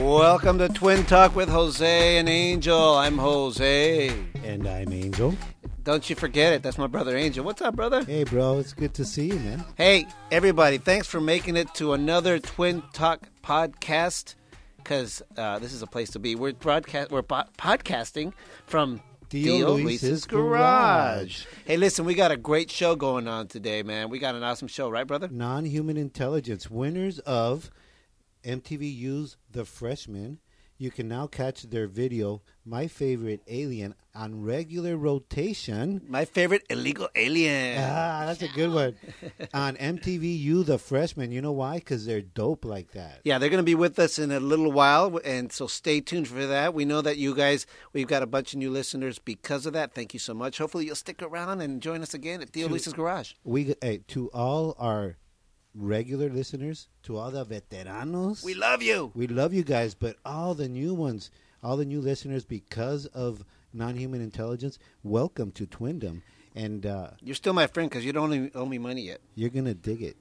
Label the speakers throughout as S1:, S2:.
S1: Welcome to Twin Talk with Jose and Angel. I'm Jose.
S2: And I'm Angel.
S1: Don't you forget it. That's my brother Angel. What's up, brother?
S2: Hey, bro, it's good to see you, man.
S1: Hey, everybody, thanks for making it to another Twin Talk podcast because uh, this is a place to be. We're broadcast, we're po- podcasting from
S2: Dio Luis's garage.
S1: Hey, listen, we got a great show going on today, man. We got an awesome show, right, brother?
S2: Non human intelligence, winners of MTVU's The Freshman. You can now catch their video, My Favorite Alien, on regular rotation.
S1: My favorite illegal alien.
S2: Ah, that's a good one. on MTVU The Freshman. You know why? Because they're dope like that.
S1: Yeah, they're going to be with us in a little while, and so stay tuned for that. We know that you guys, we've got a bunch of new listeners because of that. Thank you so much. Hopefully, you'll stick around and join us again at Theo Lisa's Garage.
S2: We hey, To all our regular listeners, to all the veteranos.
S1: We love you.
S2: We love you guys, but all the new ones, all the new listeners, because of non-human intelligence, welcome to Twindom, and uh,
S1: You're still my friend because you don't even owe me money yet.
S2: you're gonna dig it.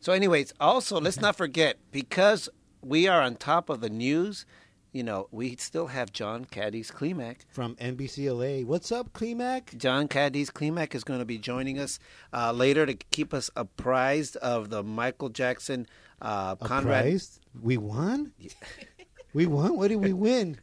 S1: So, anyways, also let's not forget because we are on top of the news. You know, we still have John Caddy's Klimak.
S2: From NBCLA, what's up, Klimak?
S1: John Caddy's Klimak is going to be joining us uh, later to keep us apprised of the Michael Jackson uh, Conrad.
S2: Christ, we won. we won. What did we win?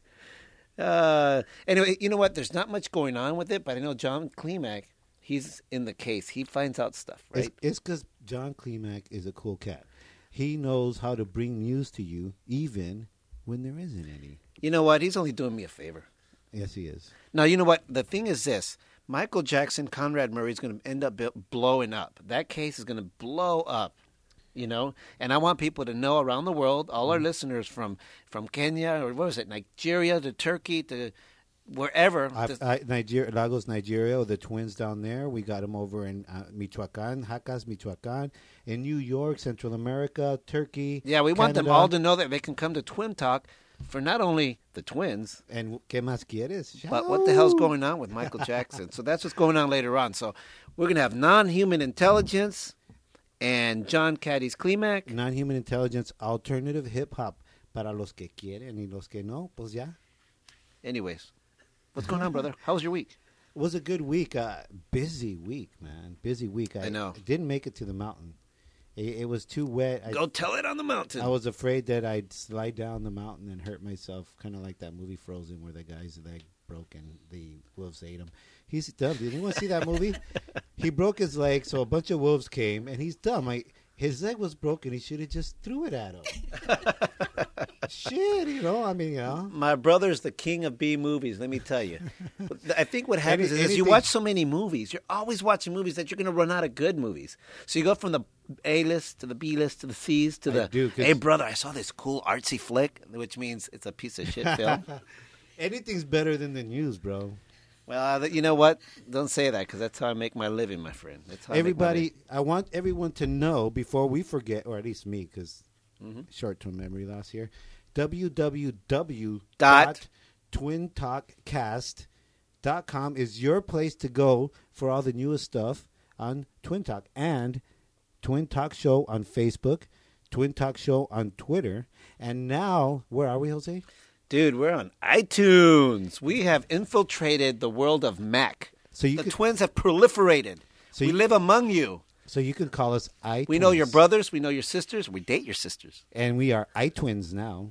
S1: Uh, anyway, you know what? There's not much going on with it, but I know John Klimak. He's in the case. He finds out stuff, right?
S2: It's because John Klimak is a cool cat. He knows how to bring news to you, even when there isn't any.
S1: you know what? He's only doing me a favor.
S2: Yes, he is.
S1: Now, you know what? The thing is this Michael Jackson, Conrad Murray is going to end up bu- blowing up. That case is going to blow up. You know, and I want people to know around the world, all our listeners from from Kenya or what was it, Nigeria to Turkey to wherever.
S2: I,
S1: Just-
S2: I, Nigeria, Lagos, Nigeria, or the twins down there. We got them over in uh, Michoacan, Jacas, Michoacan, in New York, Central America, Turkey.
S1: yeah, we want them
S2: Canada.
S1: all to know that they can come to Twin Talk for not only the twins,
S2: And qué más quieres?
S1: But what the hell's going on with Michael Jackson? So that's what's going on later on. So we're gonna have non-human intelligence and John Caddy's Klimak.
S2: Non-human intelligence, alternative hip hop para los que quieren y los que no, pues ya.
S1: Anyways, what's going on, brother? How was your week?
S2: It was a good week. Uh, busy week, man. Busy week.
S1: I know.
S2: didn't make it to the mountain. It, it was too wet. I,
S1: Go tell it on the mountain.
S2: I was afraid that I'd slide down the mountain and hurt myself, kind of like that movie Frozen, where the guy's leg broke and the wolves ate him. He's dumb. Did anyone see that movie? he broke his leg, so a bunch of wolves came, and he's dumb. I, his leg was broken. He should have just threw it at him. Shit, you know. I mean, you know.
S1: My brother's the king of B movies. Let me tell you. I think what happens
S2: Any-
S1: is, is you
S2: anything-
S1: watch so many movies, you're always watching movies that you're gonna run out of good movies. So you go from the A list to the B list to the C's to
S2: I
S1: the.
S2: do, 'cause-
S1: hey, brother, I saw this cool artsy flick, which means it's a piece of shit film.
S2: Anything's better than the news, bro.
S1: Well, th- you know what? Don't say that because that's how I make my living, my friend. That's how I make my
S2: Everybody,
S1: living.
S2: I want everyone to know before we forget, or at least me, because
S1: Mm-hmm.
S2: short-term memory loss here.
S1: Dot.
S2: www.twintalkcast.com is your place to go for all the newest stuff on Twin Talk and Twin Talk Show on Facebook, Twin Talk Show on Twitter, and now where are we, Jose?
S1: dude, we're on iTunes. We have infiltrated the world of Mac.
S2: So you
S1: the
S2: could-
S1: twins have proliferated.
S2: So
S1: we
S2: you-
S1: live among you.
S2: So you can call us I.
S1: We know your brothers. We know your sisters. We date your sisters.
S2: and we are I twins now.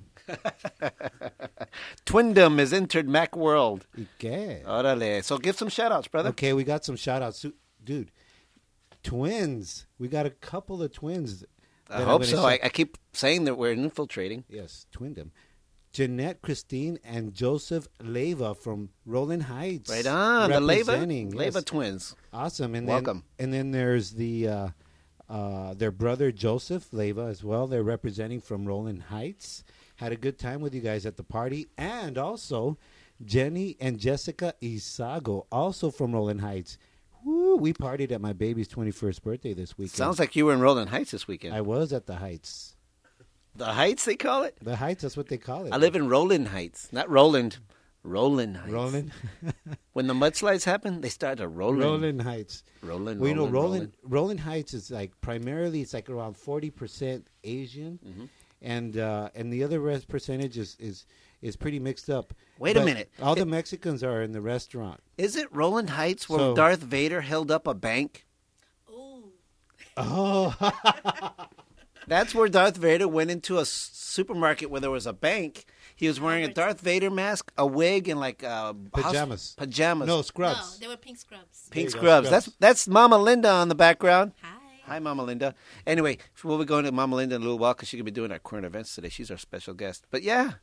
S1: Twindom has entered Mac world.
S2: Okay.
S1: Orale. So give some shout outs, brother.
S2: Okay, we got some shout outs. Dude, twins. We got a couple of twins.
S1: I
S2: that I'm
S1: hope
S2: gonna
S1: so.
S2: shout-
S1: I, I keep saying that we're infiltrating.
S2: yes, twindom. Jeanette Christine and Joseph Leva from Rolling Heights.
S1: Right on the Leva
S2: representing,
S1: Leva
S2: yes.
S1: twins.
S2: Awesome. And
S1: Welcome.
S2: Then, and then there's the uh, uh, their brother Joseph Leva as well. They're representing from Roland Heights. Had a good time with you guys at the party, and also Jenny and Jessica Isago, also from Roland Heights. Woo, we partied at my baby's 21st birthday this weekend.
S1: Sounds like you were in Rolling Heights this weekend.
S2: I was at the Heights.
S1: the Heights they call it.
S2: The Heights, that's what they call it.
S1: I live in Rolling Heights, not Roland. Rolling Heights.
S2: Roland,
S1: When the mudslides happen, they start to rolling.
S2: Roland Heights.
S1: Rolling.
S2: Well, you know,
S1: rolling,
S2: Roland Roland Heights is like primarily it's like around forty percent Asian,
S1: Mm-hmm.
S2: and uh, and the other rest percentage is is, is pretty mixed up.
S1: Wait a minute.
S2: all the Mexicans are in the restaurant.
S1: Is it Roland Heights where
S2: So-
S1: Darth Vader held up a bank?
S3: Ooh.
S2: Oh.
S1: That's where Darth Vader went into a s- supermarket where there was a bank. He was wearing a Darth Vader mask, a wig, and like uh, hos-
S2: Pajamas.
S1: pajamas.
S2: No
S3: No,
S2: scrubs.
S3: Oh, they were pink scrubs.
S1: pink
S2: There you go,
S1: scrubs.
S2: scrubs.
S1: That's that's Mama Linda on the background.
S3: Hi.
S1: Hi, Mama Linda. Anyway, we'll be going to Mama Linda in a little while because she's gonna be doing our current events today. She's our special guest. But yeah,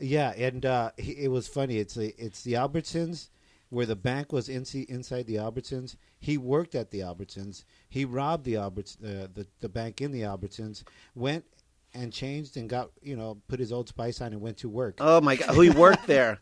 S2: yeah, and uh, he- it was funny. It's the it's the Albertsons where the bank was in, inside the Albertsons. He worked at the Albertsons. He robbed the Alberts uh, the the bank in the Albertsons. Went. And changed and got you know put his old spice on and went to work.
S1: Oh my god, we worked there.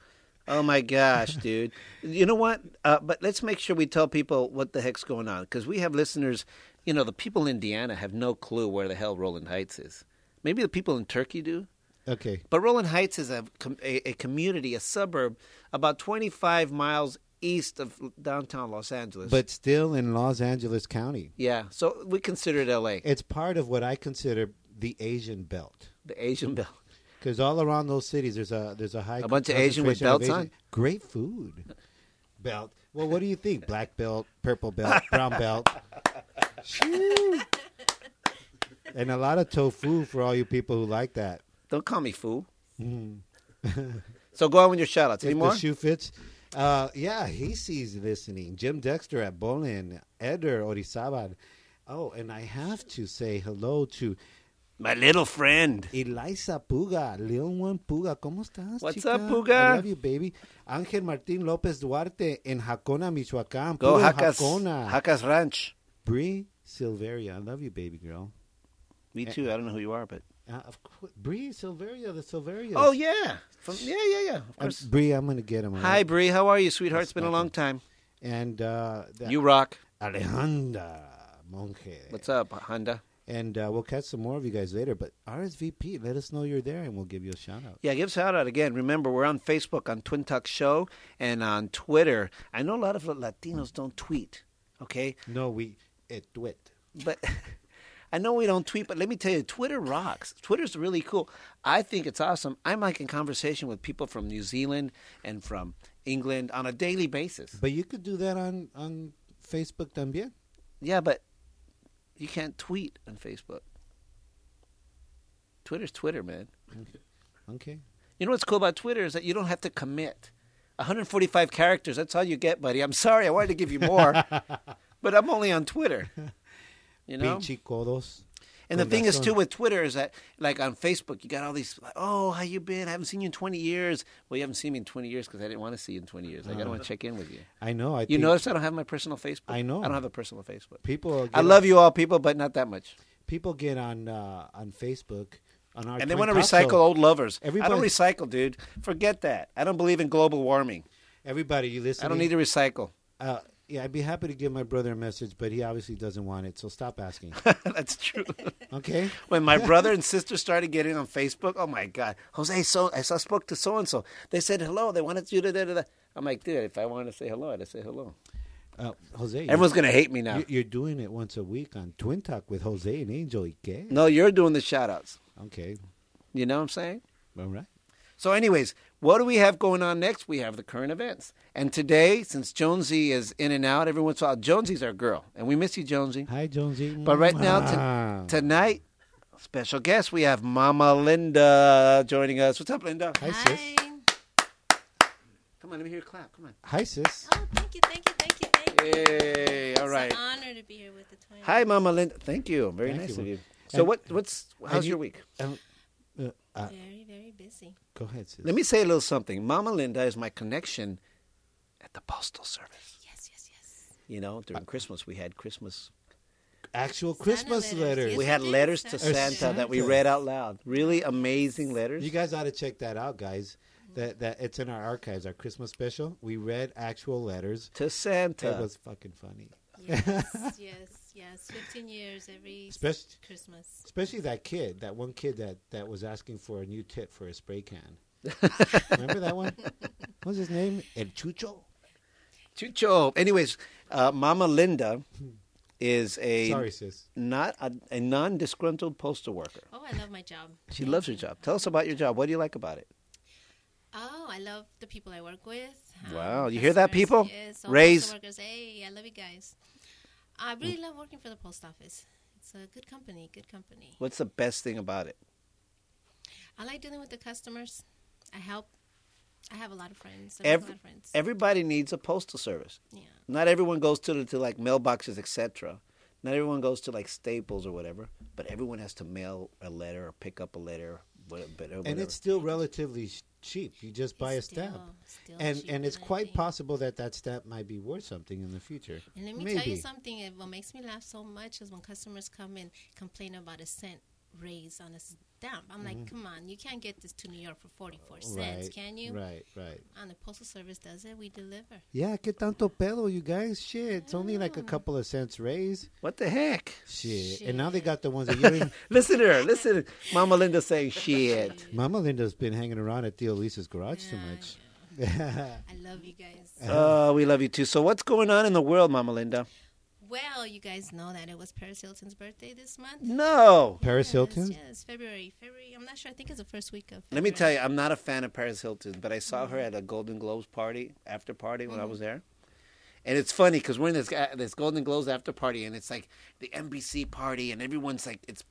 S1: Oh my gosh, dude. You know what? Uh, but let's make sure we tell people what the heck's going on because we have listeners. You know, the people in Indiana have no clue where the hell Roland Heights is. Maybe the people in Turkey do.
S2: Okay,
S1: But Roland Heights is a, com- a, a community, a suburb about 25 miles east of downtown Los Angeles.
S2: but still in Los Angeles County.
S1: yeah, so we consider it LA,
S2: It's part of what I consider the Asian belt.
S1: the Asian Belt.
S2: Because all around those cities, there's a there's a high
S1: A bunch of Asian with
S2: concentration
S1: belts
S2: of
S1: on?
S2: Great food, belt. Well, what do you think? Black belt, purple belt, brown belt. Shoo. and a lot of tofu for all you people who like that. Mm-hmm.
S1: Don't call me fool. so go on with your shout outs. Any
S2: If
S1: more?
S2: the shoe fits. Uh, yeah, he sees listening. Jim Dexter at Bolin, Eder Orizabal. Oh, and I have to say hello to
S1: My little friend.
S2: Eliza Puga, Leon Juan Puga, ¿cómo estás?
S1: What's
S2: chica?
S1: up, Puga?
S2: I love you, baby. Ángel Martín López Duarte en Jacona, Michoacán.
S1: Go
S2: Puro
S1: Hakas.
S2: Jacona.
S1: Hakas Ranch.
S2: Bree Silveria, I love you, baby girl. Eh,
S1: Me too. I don't know who you are, but
S2: Uh, of course, Bree Silveria, the Silveria.
S1: oh yeah, From- yeah, yeah, yeah. Of course.
S2: Bree, I'm gonna get him.
S1: Hi, Bree. How are you, sweetheart? It's been a long time.
S2: And uh, the-
S1: You rock.
S2: Alejandra Monge.
S1: What's up, Honda?
S2: And uh, we'll catch some more of you guys later. But RSVP, let us know you're there, and we'll give you a shout out.
S1: Yeah, give us a shout out again. Remember, we're on Facebook on Twin Talk Show and on Twitter. I know a lot of Latinos don't tweet, okay?
S2: No, we eh, it wit.
S1: But I know we don't tweet, but let me tell you, Twitter rocks. Twitter's really cool. I think it's awesome. I'm like in conversation with people from New Zealand and from England on a daily basis.
S2: But you could do that on on Facebook también.
S1: Yeah, but you can't tweet on Facebook. Twitter's Twitter, man.
S2: Okay.
S1: You know what's cool about Twitter is that you don't have to commit. 145 characters, that's all you get, buddy. I'm sorry, I wanted to give you more, but I'm only on Twitter. You know?
S2: Pinchy codos.
S1: And the
S2: Con
S1: thing is
S2: razón.
S1: too with Twitter is that like on Facebook you got all these like, oh how you been I haven't seen you in 20 years well you haven't seen me in 20 years because I didn't want to see you in 20 years like I don't want to check in with you
S2: I know. Uh-huh. I
S1: you
S2: think
S1: notice I don't have my personal Facebook
S2: I know.
S1: I don't have a personal Facebook
S2: people.
S1: I love you all people but not that much
S2: People get on uh, on Facebook on our
S1: and they want
S2: Twin
S1: to
S2: Talk Show.
S1: recycle old lovers. I don't
S2: Everybody-
S1: recycle, dude. Forget that. I don't believe in global warming.
S2: Everybody, you listen.
S1: I don't need to recycle.
S2: Uh, yeah, I'd be happy to give my brother a message, but he obviously doesn't want it, so stop asking.
S1: That's true.
S2: Okay.
S1: when my brother and sister started getting on Facebook, oh my god, Jose, so I saw spoke to so and so. They said hello. They wanted you to da da da. I'm like, dude, if I want to say hello, I'd say hello.
S2: Uh, Jose,
S1: Everyone's gonna hate me now.
S2: you're, you're doing it once a week on Twin Talk with Jose and Angel. ¿y qué?
S1: no, you're doing the shout outs.
S2: Okay.
S1: You know what I'm saying?
S2: All right.
S1: So, anyways, what do we have going on next? We have the current events. And today, since Jonesy is in and out, every once in a while, Jonesy's our girl. And we miss you, Jonesy.
S2: Hi, Jonesy.
S1: But right now,
S2: Ah.
S1: to tonight, special guest, we have Mama Linda joining us. What's up, Linda?
S2: Hi, sis.
S3: Hi.
S1: Come on, let me hear you clap. Come on.
S2: Hi, sis.
S3: Oh, thank you, thank you, thank you, thank you.
S1: Yay. All right.
S3: It's an honor to be here with the twins.
S1: Hi, Mama Linda. Thank you. Very
S2: Thank
S1: nice
S2: you.
S1: of you. So,
S2: And-
S1: what? what's how's
S2: you-
S1: your week?
S2: Um, uh, Uh,
S3: very, very busy.
S2: Go ahead, sis.
S1: Let me say a little something. Mama Linda is my connection at the Postal Service.
S3: Yes, yes, yes.
S1: You know, during Christmas, we had Christmas.
S2: Uh, Actual Christmas
S3: letters,
S2: letters.
S3: yes.
S1: We had
S3: it is
S1: letters to
S3: Santa.
S1: Santa, that we
S2: Santa.
S1: read out loud. Really amazing letters.
S2: You guys ought to check that out, guys. That that it's in our archives, our Christmas special. We read actual letters.
S1: to Santa.
S2: It was fucking funny,
S3: Yes, yes, yes. 15 years every s-
S2: especially
S3: Christmas.
S2: especially that kid, that one kid that that was asking for a new tip for a spray can. Remember that one? What's his name? El Chucho.
S1: Chucho. Anyways, uh, Mama Linda is a
S2: Sorry, sis.
S1: not a, a non-disgruntled postal worker.
S3: Oh, I love my job.
S1: She loves her job. Tell us about your job. What do you like about it?
S3: Oh, I love the people I work with.
S1: Wow, Oh, you hear that,
S3: customers,
S1: people?
S3: Yes, all
S1: Raise.
S3: postal workers. Hey, I love you guys. I really
S2: Mm.
S3: love working for the post office. It's a good company, good company.
S1: What's the best thing about it?
S3: I like dealing with the customers. I help. I have a lot of friends. I make
S1: Every-
S3: a lot of friends.
S1: Everybody needs a postal service.
S3: yeah.
S1: Not everyone goes to to like mailboxes, etc. Not everyone goes to like Staples or whatever, but everyone has to mail a letter or pick up a letter. Whatever, whatever.
S2: And it's still relatively sh- cheap. You just buy a
S3: It's
S2: stamp.
S3: still- still
S2: And
S3: cheaper
S2: and it's
S3: than
S2: quite
S3: anything.
S2: possible that that stamp might be worth something in the future.
S3: And let me tell you something. It, what makes me laugh so much is when customers come and complain about a cent raise on a stamp. I'm like, come on, you can't get this to New York for 44 cents,
S2: Right,
S3: can you?
S2: Right, right.
S3: And the postal service does it. We deliver.
S2: Yeah, que tanto pedo, you guys. Shit, it's only like a couple of cents raise.
S1: what the heck?
S2: Shit. And now they
S3: Shit.
S2: got the ones that you don't-
S1: Listen to her. Listen, Mama Linda saying shit.
S2: Mama Linda's been hanging around at Theo Lisa's garage too
S3: Yeah,
S2: much.
S3: I love you guys.
S1: Oh, we love you too. So what's going on in the world, Mama Linda?
S3: Well, you guys know that it was Paris Hilton's birthday this
S1: Mm.
S3: month.
S1: No.
S2: Paris
S3: Yes,
S2: Hilton?
S3: Yes, February. February. I'm not sure. I think it's the first week of.
S1: Let
S3: February.
S1: me tell you, I'm not a fan of Paris Hilton, but I saw her at a Golden Globes party after party
S3: Mm-hmm.
S1: when I was there. And it's funny because we're in this uh, this Golden Globes after party, and it's like the NBC party, and everyone's like it's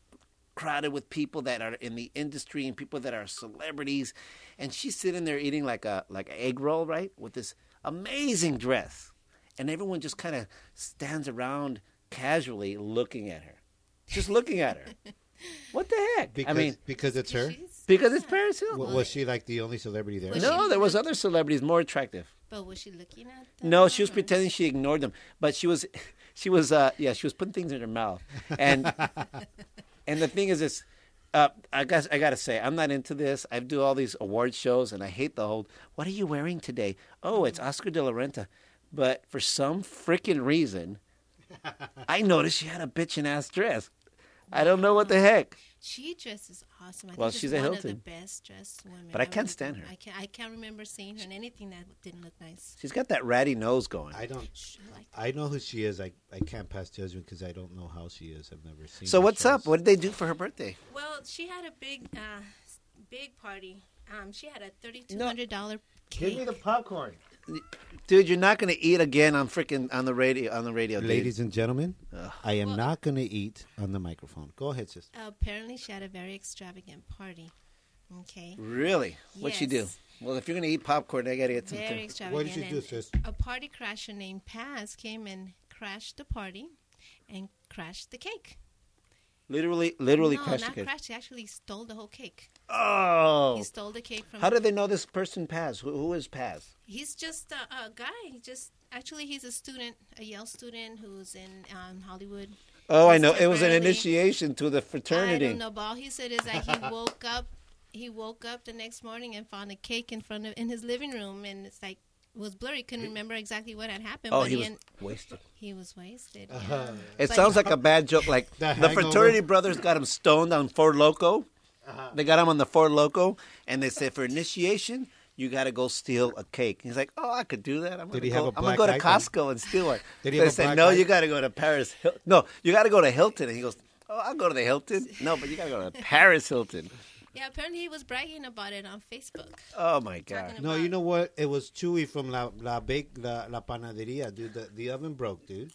S1: crowded with people that are in the industry and people that are celebrities, and she's sitting there eating like a like an egg roll, right, with this amazing dress, and everyone just kind of stands around casually looking at her, just looking at her. what the heck?
S2: Because,
S1: I mean,
S2: because it's her?
S3: She's-
S1: because it's
S3: yeah.
S1: Paris Hilton.
S2: Wa- was she like the only celebrity there?
S3: Was
S1: No,
S3: she-
S1: there was other celebrities more attractive.
S3: But was she looking at? Them
S1: No, she was
S3: or-
S1: pretending she ignored them, but she was, she was, uh, yeah, she was putting things in her mouth, and and the thing is this. Uh, I guess I gotta say I'm not into this. I do all these award shows, and I hate the whole. What are you wearing today? Oh,
S2: Mm.
S1: it's Oscar de la Renta, but for some freaking reason, I noticed she had a bitchin' ass dress. I don't know what the heck.
S3: She dresses awesome. I
S1: Well,
S3: think
S1: she's
S3: she's
S1: a
S3: one of the
S1: Hilton.
S3: best dressed women.
S1: But I can't
S3: really
S1: stand
S3: don't-
S1: her.
S3: I can't. I can't remember seeing her in anything that didn't look nice.
S1: She's got that ratty nose going.
S2: I don't.
S3: Sh- I like
S2: I know who she is. I, I can't pass judgment because I don't know how she is. I've never seen.
S1: So
S2: her
S1: what's up?
S2: shows.
S1: What did they do for her birthday?
S3: Well, she had a big, uh, s- big party. Um, she had a thirty-two hundred dollar
S2: Give
S3: cake.
S2: me the popcorn,
S1: Dude, you're not gonna eat again on freaking on the radio on the radio, dude.
S2: ladies and gentlemen. I am not going to eat on the microphone. Go ahead, sis.
S3: uh, Apparently, she had a very extravagant party. Okay.
S1: Really? What'd she do?
S3: Yes.
S1: Well, if you're gonna eat popcorn, I gotta get something.
S3: Very extravagant.
S2: What did she do,
S3: and
S2: sis?
S3: A party crasher named Paz came and crashed the party, and crashed the cake.
S1: Literally, literally
S3: no,
S1: crashed
S3: not
S1: the cake.
S3: crashed. He actually stole the whole cake. He
S1: Oh!
S3: stole the cake from.
S1: How did they know this person Paz? Who, who is Paz?
S3: He's just a, a guy. He just actually he's a student, a Yale student who's in um, Hollywood.
S1: Oh, I
S3: He's
S1: know. It was an
S3: temporarily-
S1: initiation to the
S3: I
S1: fraternity.
S3: don't know, but all he said is that he woke up. He woke up the next morning and found a cake in front of in his living room, and it's like it was blurry. Couldn't remember exactly what had happened.
S1: Oh,
S3: but
S1: he was
S3: en-
S1: wasted.
S3: he was wasted. yeah.
S2: Uh-huh.
S1: It
S3: But-
S1: sounds like a bad joke. Like
S2: The
S1: the,
S2: hangover.
S1: fraternity brothers got him stoned on Four Loco.
S2: Uh-huh.
S1: They got him on the Four Loco, and they said for initiation, you got to go steal a cake. He's like, "Oh, I could do that. I'm
S2: Did
S1: gonna
S2: he
S1: go,
S2: have a
S1: I'm gonna
S2: black
S1: go to
S2: icon?
S1: Costco and steal it."
S2: Did he
S1: they
S2: have a
S1: said,
S2: black
S1: "No,
S2: icon?
S1: you got to go to Paris. Hil- No, you got to go to Hilton." And he goes, "Oh, I'll go to the Hilton. No, but you got to go to Paris Hilton."
S3: yeah, apparently he was bragging about it on Facebook.
S1: Oh my god!
S3: Talking
S2: No, you know what? It was Chewy from La La Bake La, La Panaderia, dude. The, the oven broke, dude.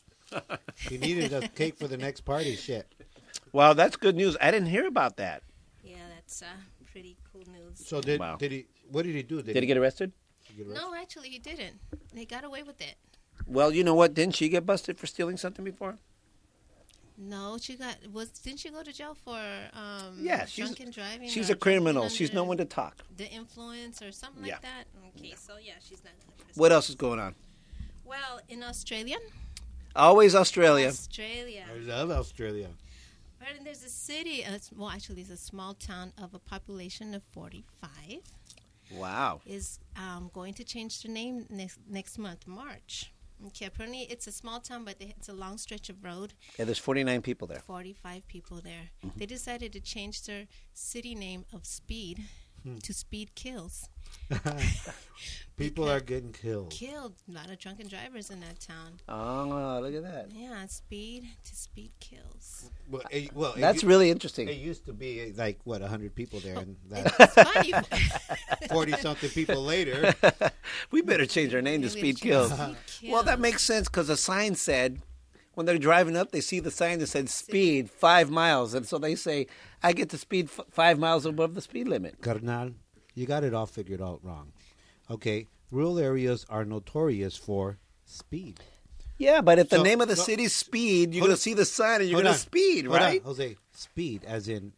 S2: he needed a cake for the next party. Shit.
S1: Wow, that's good news. I didn't hear about that.
S3: Yeah, that's uh, pretty cool news.
S2: So did
S1: Wow.
S2: did he? What did he do?
S1: Did he get arrested?
S2: get arrested?
S3: No, actually he didn't. They got away with it.
S1: Well, you know what? Didn't she get busted for stealing something before?
S3: No, she got was didn't she go to jail for um
S1: Yeah, she's
S3: drunken driving?
S1: she's
S3: or
S1: a criminal.
S3: drinking
S1: She's
S3: under
S1: no one to talk.
S3: the influence or something
S1: Yeah.
S3: like that. Okay, so yeah, she's not going to prison.
S1: What else is going on?
S3: Well, in Australia,
S1: Always Australia.
S3: Australia.
S2: I love Australia.
S3: Right, and there's a city. Uh, it's- well, actually, it's a small town of a population of 45.
S1: Wow.
S3: Is um, going to change their name next next month, March. Okay, apparently it's a small town, but they, it's a long stretch of road.
S1: Yeah, there's 49 people there.
S3: 45 people there.
S1: Mm-hmm.
S3: They decided to change their city name of Speed
S1: Hmm.
S3: to Speed Kills.
S2: People are getting killed.
S3: Killed a lot of drunken drivers in that town.
S1: Oh, look at that.
S3: Yeah, Speed to Speed Kills.
S2: Well, it, well it
S1: That's
S2: u-
S1: really
S2: It
S1: interesting.
S2: used to be uh, like what hundred people there, and
S3: It's funny.
S2: forty something people later.
S1: We better change our name to
S3: Maybe
S1: Speed
S3: it's
S1: Kills.
S3: Speed
S1: Well, that
S3: Kills.
S1: makes sense because the sign said, when they're driving up, they see the sign that said speed five miles. And so they say, I get to speed f- five miles above the speed limit.
S2: Carnal, you got it all figured out wrong. Okay, rural areas are notorious for speed.
S1: Yeah, but if the
S2: So-
S1: name of the
S2: no.
S1: city's speed, you're
S2: Hold
S1: going
S2: on.
S1: to see the sign and you're
S2: Hold
S1: going
S2: on.
S1: to speed,
S2: Hold on,
S1: right?
S2: Jose? Speed, as in,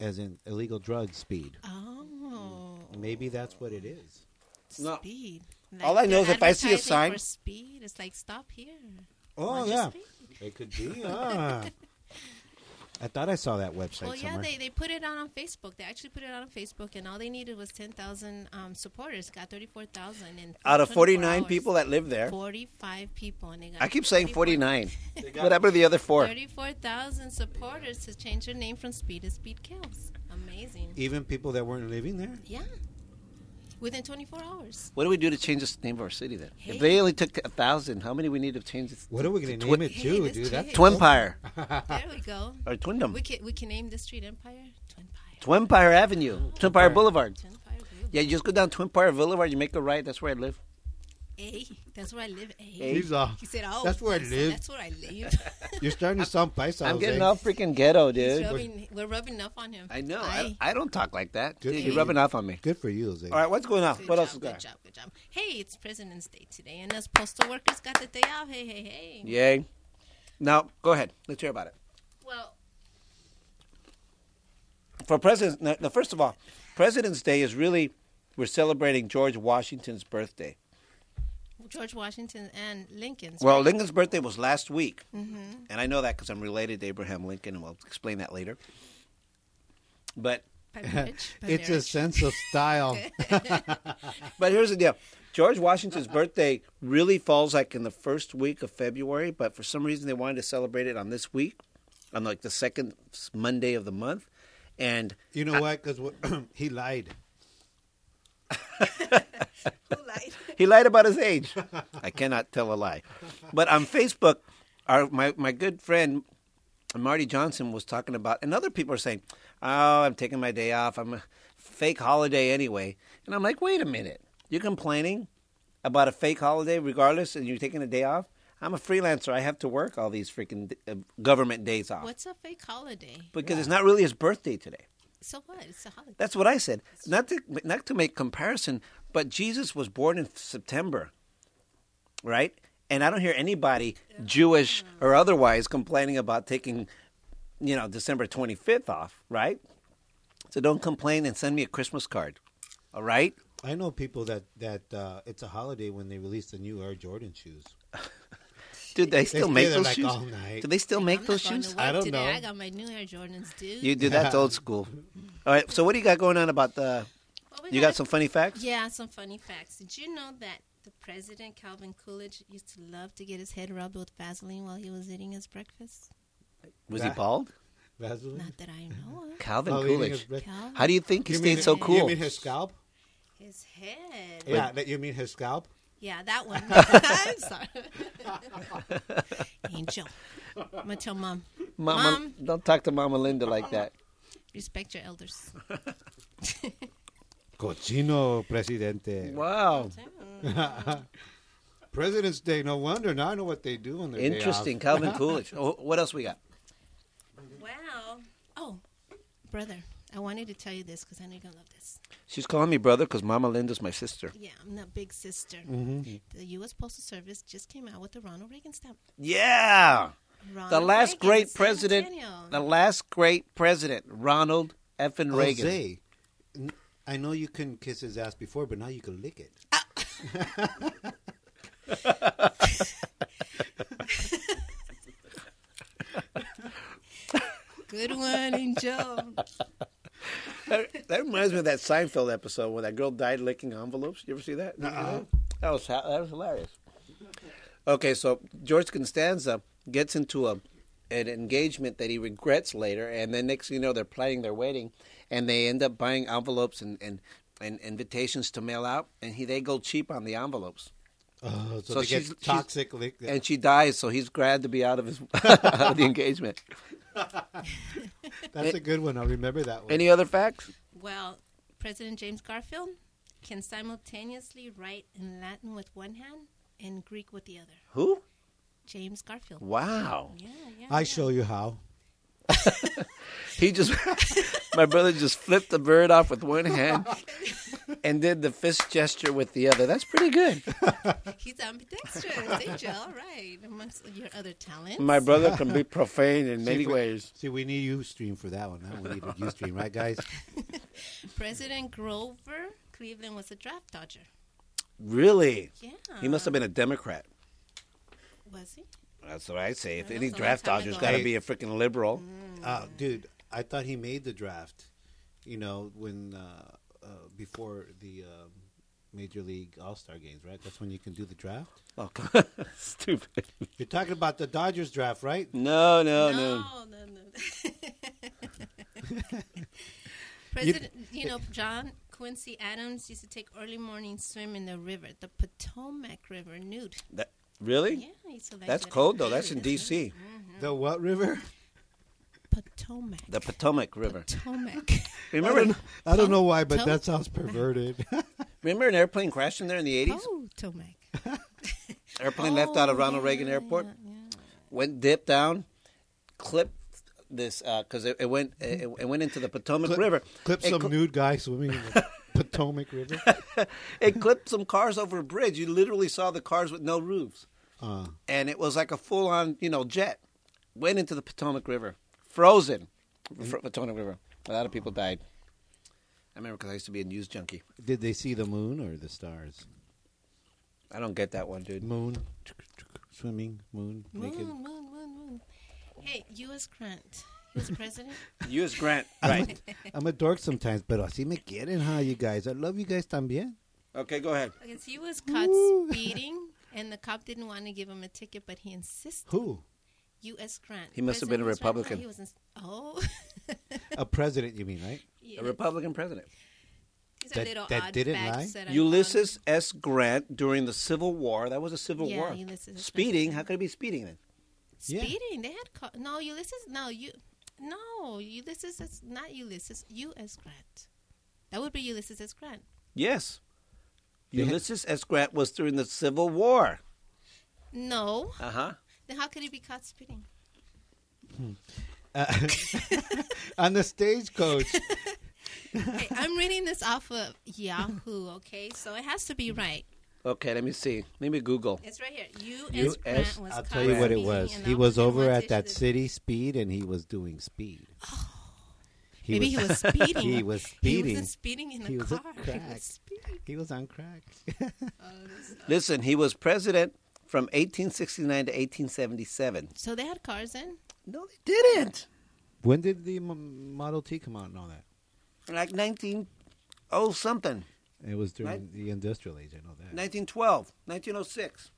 S2: as in illegal drug speed.
S3: Oh,
S2: Maybe that's what it is.
S1: No.
S3: Speed.
S1: All I know
S3: they're
S1: is if I see a
S3: advertising
S1: sign-
S3: for Speed, it's like stop here.
S2: Oh
S3: Watch your
S2: yeah,
S3: speed.
S2: it could be. Ah. I thought I saw that website
S3: Well, yeah,
S2: somewhere.
S3: they, they put it out on Facebook. They actually put it out on Facebook, and all they needed was 10,000 um, supporters. Got 34,000. in
S1: Out of
S3: 24
S1: 49
S3: hours.
S1: people that live there,
S3: 45 people. And they got
S1: I keep saying 49.
S2: got-
S1: What happened to the other four?
S3: 34,000 supporters to change their name from Speed to Speed Kills. Amazing.
S2: Even people that weren't living there.
S3: Yeah. Within 24 hours.
S1: What do we do to change the name of our city then?
S3: Hey.
S1: If they only took a thousand, how many we need to change? It?
S2: What are we going to
S1: to
S2: name
S1: Twi-
S2: it to,
S3: Hey,
S2: dude?
S3: that's
S2: That's
S3: cute.
S1: Twimpire
S3: There we go.
S1: or Twindom?
S3: We can, we can name the street Empire? Twinpire.
S1: Twimpire Avenue, Twimpire Boulevard.
S3: Twinpire Boulevard.
S1: Yeah, you just go down Twimpire Boulevard, you make a right. That's where I live.
S3: Hey, that's where I live. Hey.
S1: Hey.
S2: He's off.
S3: He said, oh.
S2: That's where I
S3: he said,
S2: live.
S3: That's where I live.
S2: You're starting to sound paisa.
S1: I'm getting
S2: Jose.
S1: all freaking ghetto,
S3: He's
S1: dude.
S3: rubbing, we're rubbing up on him.
S1: I know.
S3: Aye.
S1: I, I don't talk like that.
S2: Good
S1: Dude,
S2: for
S1: you're
S2: you.
S1: rubbing off on me.
S2: Good for you, Jose.
S1: All right, what's going on?
S3: Good
S1: what
S3: job,
S1: else is going on?
S3: Good job, good job. Hey, it's President's Day today, and us postal workers got the day off. Hey, hey, hey.
S1: Yay! Now go ahead. Let's hear about it.
S3: Well,
S1: for presidents. Now, now, first of all, President's Day is really we're celebrating George Washington's birthday.
S3: George Washington and Lincoln's. Mm-hmm.
S1: Well, Lincoln's birthday was last week, and I know that because I'm related to Abraham Lincoln, and we'll explain that later. But
S3: by marriage, by
S2: It's a
S3: marriage.
S2: sense of style.
S1: but here's the deal: George Washington's birthday really falls like in the first week of February, but for some reason they wanted to celebrate it on this week, on like the second Monday of the month, and
S2: You know what? Because he lied.
S3: Who lied?
S1: He lied about his age. I cannot tell a lie. But on Facebook, our my, my good friend Marty Johnson was talking about, and other people are saying, "Oh, I'm taking my day off. I'm a fake holiday anyway." And I'm like, "Wait a minute! You're complaining about a fake holiday, regardless, and you're taking a day off." I'm a freelancer. I have to work all these freaking uh, government days off
S3: What's a fake holiday?
S1: because it's not really his birthday today.
S3: So what? It's a holiday.
S1: That's what I said. Not to not to make comparison, but Jesus was born in September, right? And I don't hear anybody Jewish or otherwise complaining about taking, you know, December twenty fifth off, right? So don't complain and send me a Christmas card, all right?
S2: I know people that that uh, it's a holiday when they release the new Air Jordan shoes.
S1: Dude, they
S2: stay
S1: still make
S2: there,
S1: those
S2: like,
S1: shoes.
S2: all night.
S1: Do they still make
S3: I'm
S1: those
S3: not going
S1: shoes?
S3: To work
S2: I don't
S3: today.
S2: know.
S3: I got my new Air Jordans, dude.
S1: You do that's old school. All right. So what do you got going on about the?
S3: Well, we
S1: You got some funny facts?
S3: Yeah, some funny facts. Did you know that the president Calvin Coolidge used to love to get his head rubbed with Vaseline while he was eating his breakfast?
S1: Was he bald?
S2: Vaseline.
S3: Not that I know of.
S1: Calvin
S2: Oh, eating his
S1: Coolidge.
S2: breath-
S3: Calvin.
S1: How do you think he
S2: You
S1: stayed
S2: mean-
S1: so cool?
S2: You mean his scalp?
S3: His head.
S2: Yeah, that you mean his scalp?
S3: Yeah, that one. I'm sorry. Angel. I'm going to tell mom.
S1: Mama,
S3: Mom.
S1: don't talk to Mama Linda like that.
S3: Respect your elders.
S2: Cochino Oh, presidente.
S1: Wow,
S2: President's Day. No wonder. Now I know what they do on their day off.
S1: interesting, Calvin Coolidge. Oh, what else we got?
S3: Wow. Oh, brother, I wanted to tell you this because I know you're going to love this.
S1: She's calling me brother because Mama Linda's my sister.
S3: Yeah, I'm the big
S2: Mm-hmm.
S3: sister. The U.S. Postal Service just came out with the Ronald Reagan stamp.
S1: Yeah,
S3: Ronald
S1: the last
S3: Reagan,
S1: great
S3: San
S1: president,
S3: Antonio.
S1: the last great president, Ronald effing Reagan.
S2: Jose, n- I know you couldn't kiss his ass before, but now you can lick it.
S3: Ah. Good one, Angel.
S1: That, that reminds me of that Seinfeld episode where that girl died licking envelopes. You ever see that? That was ha- that was hilarious. Okay, so George Constanza gets into a an engagement that he regrets later, and then next thing you know, they're planning their wedding, and they end up buying envelopes and and, and invitations to mail out, and he they go cheap on the envelopes,
S2: Oh,
S1: So
S2: so, they get
S1: she's- she's-
S2: toxic lick.
S1: and she dies, so he's glad to be out of his out of the engagement.
S2: That's a good one. I'll remember that one.
S1: Any other facts?
S3: Well, President James Garfield can simultaneously write in Latin with one hand and Greek with the other.
S1: Who?
S3: James Garfield.
S1: Wow.
S3: Yeah, yeah.
S2: I
S3: yeah.
S2: show you how.
S1: He just, my brother just flipped the bird off with one hand and did the fist gesture with the other. That's pretty good.
S3: He's ambidextrous, Angel, right? Amongst your other talents.
S1: My brother can be profane in
S2: See
S1: many
S2: if we-
S1: ways.
S2: See, we need you stream for that one. That one needed you stream, right, guys?
S3: President Grover Cleveland was a draft dodger.
S1: Really?
S3: Yeah.
S1: He must have been a Democrat.
S3: Was he?
S1: That's what I say. If
S3: Yeah,
S1: any
S3: that's a long
S1: draft
S3: time
S1: dodger's
S3: ago.
S1: got to be a freaking liberal.
S3: Mm.
S2: Uh, dude, I thought he made the draft. You know, when uh, uh, before the um, Major League All Star games, right? That's when you can do the draft.
S1: Oh, come- stupid.
S2: You're talking about the Dodgers draft, right?
S1: No, no, no.
S3: no, no, no. President, you, know, John Quincy Adams used to take early morning swim in the river, the Potomac River, nude.
S1: That, really?
S3: Yeah, he used to like
S1: That's
S3: that.
S1: cold, though. That's in D.C.,
S3: Mm-hmm.
S2: The what river?
S3: Potomac.
S1: the Potomac River.
S3: Potomac.
S1: Remember,
S2: I don't know why, but
S3: Tell-
S2: that sounds perverted. Oh.
S1: remember an airplane crashed in there in the 80s?
S3: Potomac.
S1: Airplane left out of Ronald Reagan Airport? went dip down, clipped this because it, it went it, it went into the Potomac
S2: Clip-
S1: River.
S2: Clip
S1: it,
S2: some
S1: cl-
S2: nude guy swimming in the Potomac River.
S1: it clipped some cars over a bridge. You literally saw the cars with no roofs,
S2: Uh,
S1: and it was like a full on you know jet. Went into the Potomac River, frozen.
S2: Mm-hmm.
S1: Fro- Potomac River. A lot of people died. I remember because I used to be a news junkie.
S2: did they see the moon or the stars?
S1: I don't get that one, dude.
S2: Moon, swimming, moon,
S3: Moon,
S2: naked.
S3: moon, moon, moon. Hey, U.S. Grant. He was president.
S1: U.S. Grant, right?
S2: I'm a dork sometimes, but así me quieren, huh, you guys? I love you guys también.
S1: okay, go ahead.
S3: Okay, so he was caught speeding, and the cop didn't want to give him a ticket, but he insisted.
S2: Who?
S3: U.S. Grant.
S1: He must have been a
S3: President was
S1: Republican.
S3: Right. He was ins- oh,
S2: A president, you mean, right?
S3: yeah.
S1: A Republican president.
S3: He's a
S2: that-
S3: little
S2: that
S3: odd
S2: didn't
S3: fact
S2: lie?
S3: that I
S1: Ulysses S. Grant during the Civil War. That was a Civil
S3: Yeah,
S1: War.
S3: Ulysses S.
S1: speeding.
S3: Grant.
S1: How could it be speeding then?
S2: Yeah.
S3: found. Speeding. They had caught. No, Ulysses. No, you. No, Ulysses is not Ulysses. U.S. Grant. That would be Ulysses S. Grant.
S1: Yes.
S2: They had-
S1: Ulysses S. Grant was during the Civil War.
S3: No.
S1: Uh huh.
S3: Then how could he be caught speeding?
S2: Hmm. Uh, On the stagecoach.
S3: hey, I'm reading this off of Yahoo. Okay, so it has to be right.
S1: Okay, let me see. Let me Google.
S3: It's right here.
S1: U.S.
S3: U.S. Grant was
S2: I'll
S3: caught
S2: tell you what it
S3: speeding
S2: was.
S3: and
S2: He was
S3: officer
S2: over
S3: wanted
S2: at
S3: to
S2: that
S3: the- Oh.
S2: city speed, and he was doing speed. He
S3: Maybe he was speeding.
S2: He was
S3: He
S2: speeding.
S3: wasn't speeding in
S2: He
S3: a
S2: was
S3: car.
S2: a
S3: He
S2: crack.
S3: was speeding.
S2: He was on crack.
S1: Listen, he was president from 1869 to 1877.
S3: So they had cars in.
S1: No, they didn't.
S2: when did the m- Model T come out and all that?
S1: Like 19, oh something,
S2: It was during
S1: Nin-
S2: the industrial age. I know that.
S1: 1912, 1906.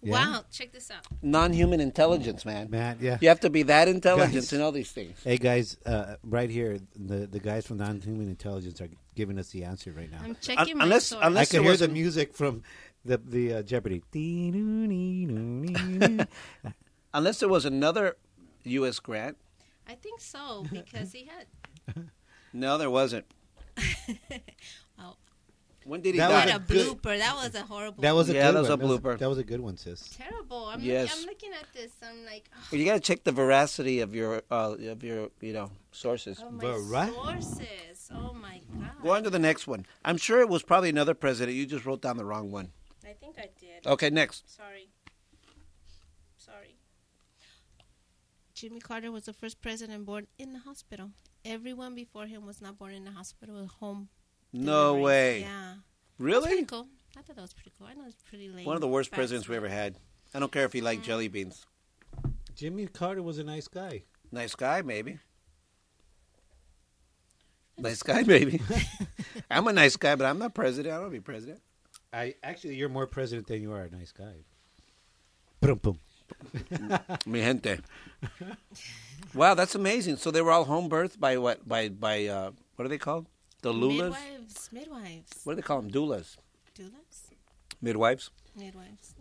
S2: Yeah.
S3: Wow, check this out.
S1: Non-human intelligence, man.
S2: Matt, yeah.
S1: You have to be that intelligent
S2: Guys.
S1: to know these things.
S2: Hey guys, uh, right here, the the guys from non-human intelligence are giving us the answer right now.
S3: I'm checking my
S1: unless-
S3: source.
S2: I
S1: unless-
S2: can
S1: it
S2: hear
S1: was-
S2: the music from the the uh, Jeopardy.
S1: Unless there was another U.S. Grant.
S3: I think so because he had.
S1: No, there wasn't.
S3: Oh,
S1: When did he
S2: That
S1: die?
S3: what
S2: was
S3: a
S2: a good-
S3: blooper! That was a horrible.
S2: That was a
S1: Yeah,
S2: good
S1: that was
S2: one.
S1: a blooper.
S2: That was a good one, sis.
S3: terrible. I'm,
S1: Yes.
S3: looking, I'm looking at this. I'm like, oh,
S1: You got to check the veracity of your uh, of your you know sources.
S3: Oh, my
S2: Variety.
S3: sources. Oh my god.
S1: Go on to the next one. I'm sure it was probably another president. You just wrote down the wrong one.
S3: I think I did.
S1: Okay, next.
S3: Sorry. Sorry. Jimmy Carter was the first president born in the hospital. Everyone before him was not born in the hospital, it was home.
S1: No
S3: deliveries.
S1: way.
S3: Yeah. Pretty
S1: Really?
S3: cool. I thought that was pretty cool. I know it's pretty late.
S1: One of the worst presidents we ever had. I don't care if he
S3: Mm.
S1: liked jelly beans.
S2: Jimmy Carter was a nice guy.
S1: Nice guy, maybe. Nice guy, maybe. I'm a nice guy, but I'm not president. I don't wanna be president.
S2: I actually, you're more president than you are a nice guy. Boom, boom.
S1: Mi gente. Wow, that's amazing. So they were all home birth by what? By by uh, what are they called? The lulas.
S3: Midwives. Midwives.
S1: What do they call them? Doulas.
S3: Doulas?
S1: Midwives.
S3: Midwives.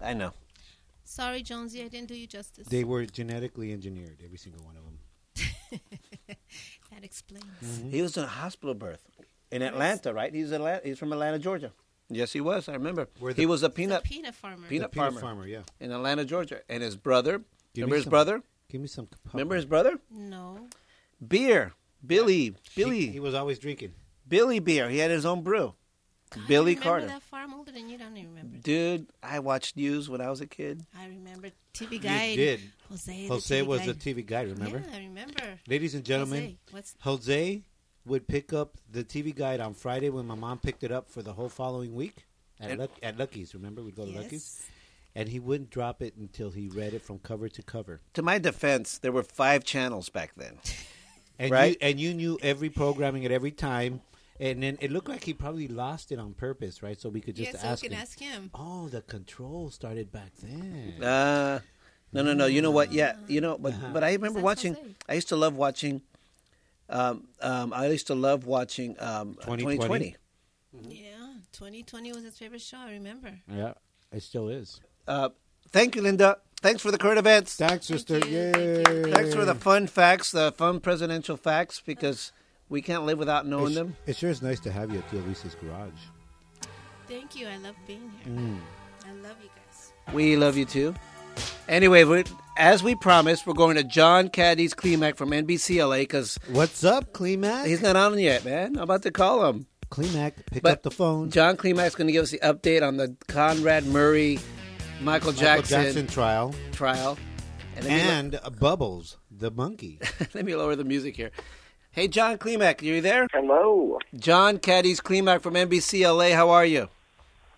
S1: I know.
S3: Sorry, Jonesy, I didn't do you justice.
S2: They were genetically engineered, every single one of them.
S3: that explains.
S1: Mm-hmm. He was in a hospital birth in Atlanta, right? He's Atlanta, He's from Atlanta, Georgia. Yes, he was. I remember.
S2: Were
S1: he
S2: the-
S1: was a
S3: Peanut,
S1: peanut
S3: peanut farmer.
S1: peanut-
S2: The peanut
S1: farmer.
S2: farmer. yeah.
S1: in Atlanta, Georgia, and his brother.
S2: Give
S1: remember
S2: me
S1: his
S2: some.
S1: brother?
S2: Give me some. Pop-
S1: Remember his brother?
S3: No.
S1: Beer. Billy.
S2: He,
S1: Billy.
S2: he was always drinking.
S1: Billy beer. He had his own brew.
S3: God,
S1: Billy
S3: you remember
S1: Carter.
S3: That far? I'm older than you. I don't even remember.
S1: Dude, I watched news when I was a kid.
S3: I remember TV Guide.
S2: did.
S3: Jose. the
S2: Jose
S3: TV
S2: was
S3: guide.
S2: the TV guy, remember?
S3: Yeah, I remember.
S2: Ladies and gentlemen,
S3: Jose, what's-
S2: Jose would pick up the TV guide on Friday when my mom picked it up for the whole following week at,
S1: And-
S2: Luck- at Lucky's. Remember, we'd go to Lucky's?
S3: Yes.
S2: And he wouldn't drop it until he read it from cover to cover.
S1: To my defense, there were five channels back then.
S2: And
S1: Right.
S2: You, and you knew every programming at every time. And then it looked like he probably lost it on purpose, right? So we could just
S3: yeah, so
S2: ask,
S3: we can
S2: him.
S3: ask him.
S2: Oh, the control started back then. Uh-huh.
S1: Uh, no, no, no. You know what? Yeah, you know. But but I remember
S3: Sounds
S1: watching.
S3: Jose.
S1: I used to love watching. Um, um, I used to love watching um,
S2: 2020.
S1: 2020.
S2: Mm-hmm.
S3: Yeah, 2020 was his favorite show. I remember.
S2: yeah, it still is.
S1: Uh, thank you, Linda. Thanks for the current events.
S2: Thanks, sister.
S3: Thank you,
S2: Yay.
S3: thank you, thank
S1: Thanks for the fun facts, the fun presidential facts, because we can't live without knowing
S2: It's-
S1: them.
S2: It sure is nice to have you at Tia Luisa's garage.
S3: Thank you. I love being here.
S2: Mm.
S3: I love you guys.
S1: We love you too. Anyway, we as we promised, we're going to John Caddy's Clemac from NBCLA because
S2: What's up, Clemac?
S1: he's not on yet, man. I'm about to call him.
S2: Clemac, pick
S1: But
S2: up the phone.
S1: John Clemac's going to give us the update on the Conrad Murray, Michael
S2: Michael
S1: Jackson,
S2: Jackson trial
S1: trial. And, let me lo-
S2: and uh, Bubbles the monkey.
S1: let me lower the music here. Hey, John Clemac, you there?
S4: Hello.
S1: John Caddy's Clemac from NBCLA. How are you?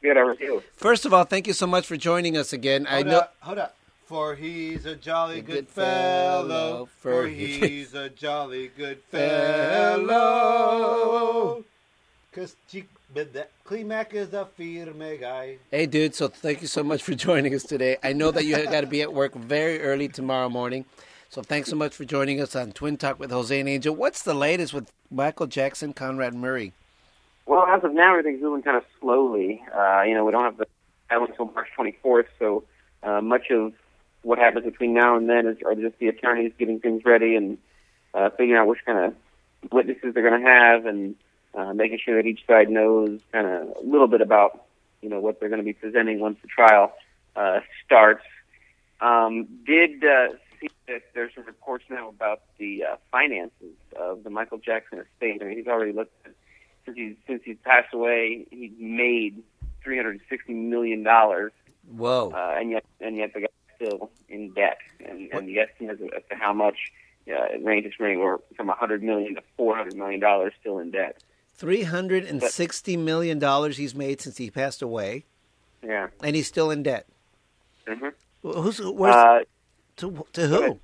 S4: Good, how are you?
S1: First of all, thank you so much for joining us again. I know.
S2: hold up. For he's a jolly
S1: good good fellow. fellow. For For he's he's
S2: a jolly good
S1: fellow.
S2: Cause Clemac is a firme guy.
S1: Hey, dude, so thank you so much for joining us today. I know that you got to be at work very early tomorrow morning. So thanks so much for joining us on Twin Talk with Jose and Angel. What's the latest with Michael Jackson, Conrad Murray?
S4: Well, as of now, everything's moving kind of slowly. Uh, you know, we don't have the trial until March 24th, so uh, much of what happens between now and then is are just the attorneys getting things ready and uh, figuring out which kind of witnesses they're going to have and uh, making sure that each side knows kind of a little bit about, you know, what they're going to be presenting once the trial uh, starts. Um, did uh, see that there's some reports now about the uh, finances of the Michael Jackson estate. I mean, he's already looked at since he's since he's passed away, he's made three hundred sixty million dollars,
S1: Whoa.
S4: uh, and yet and yet the guy's still in debt. And, and the estimate as to how much uh, it ranges from anywhere from a hundred million to four hundred million dollars still in debt.
S1: $360 million he's made since he passed away,
S4: Yeah.
S1: and he's still in debt.
S4: Mm-hmm.
S1: Wh- Who's, where's,
S4: Uh,
S1: to, to who?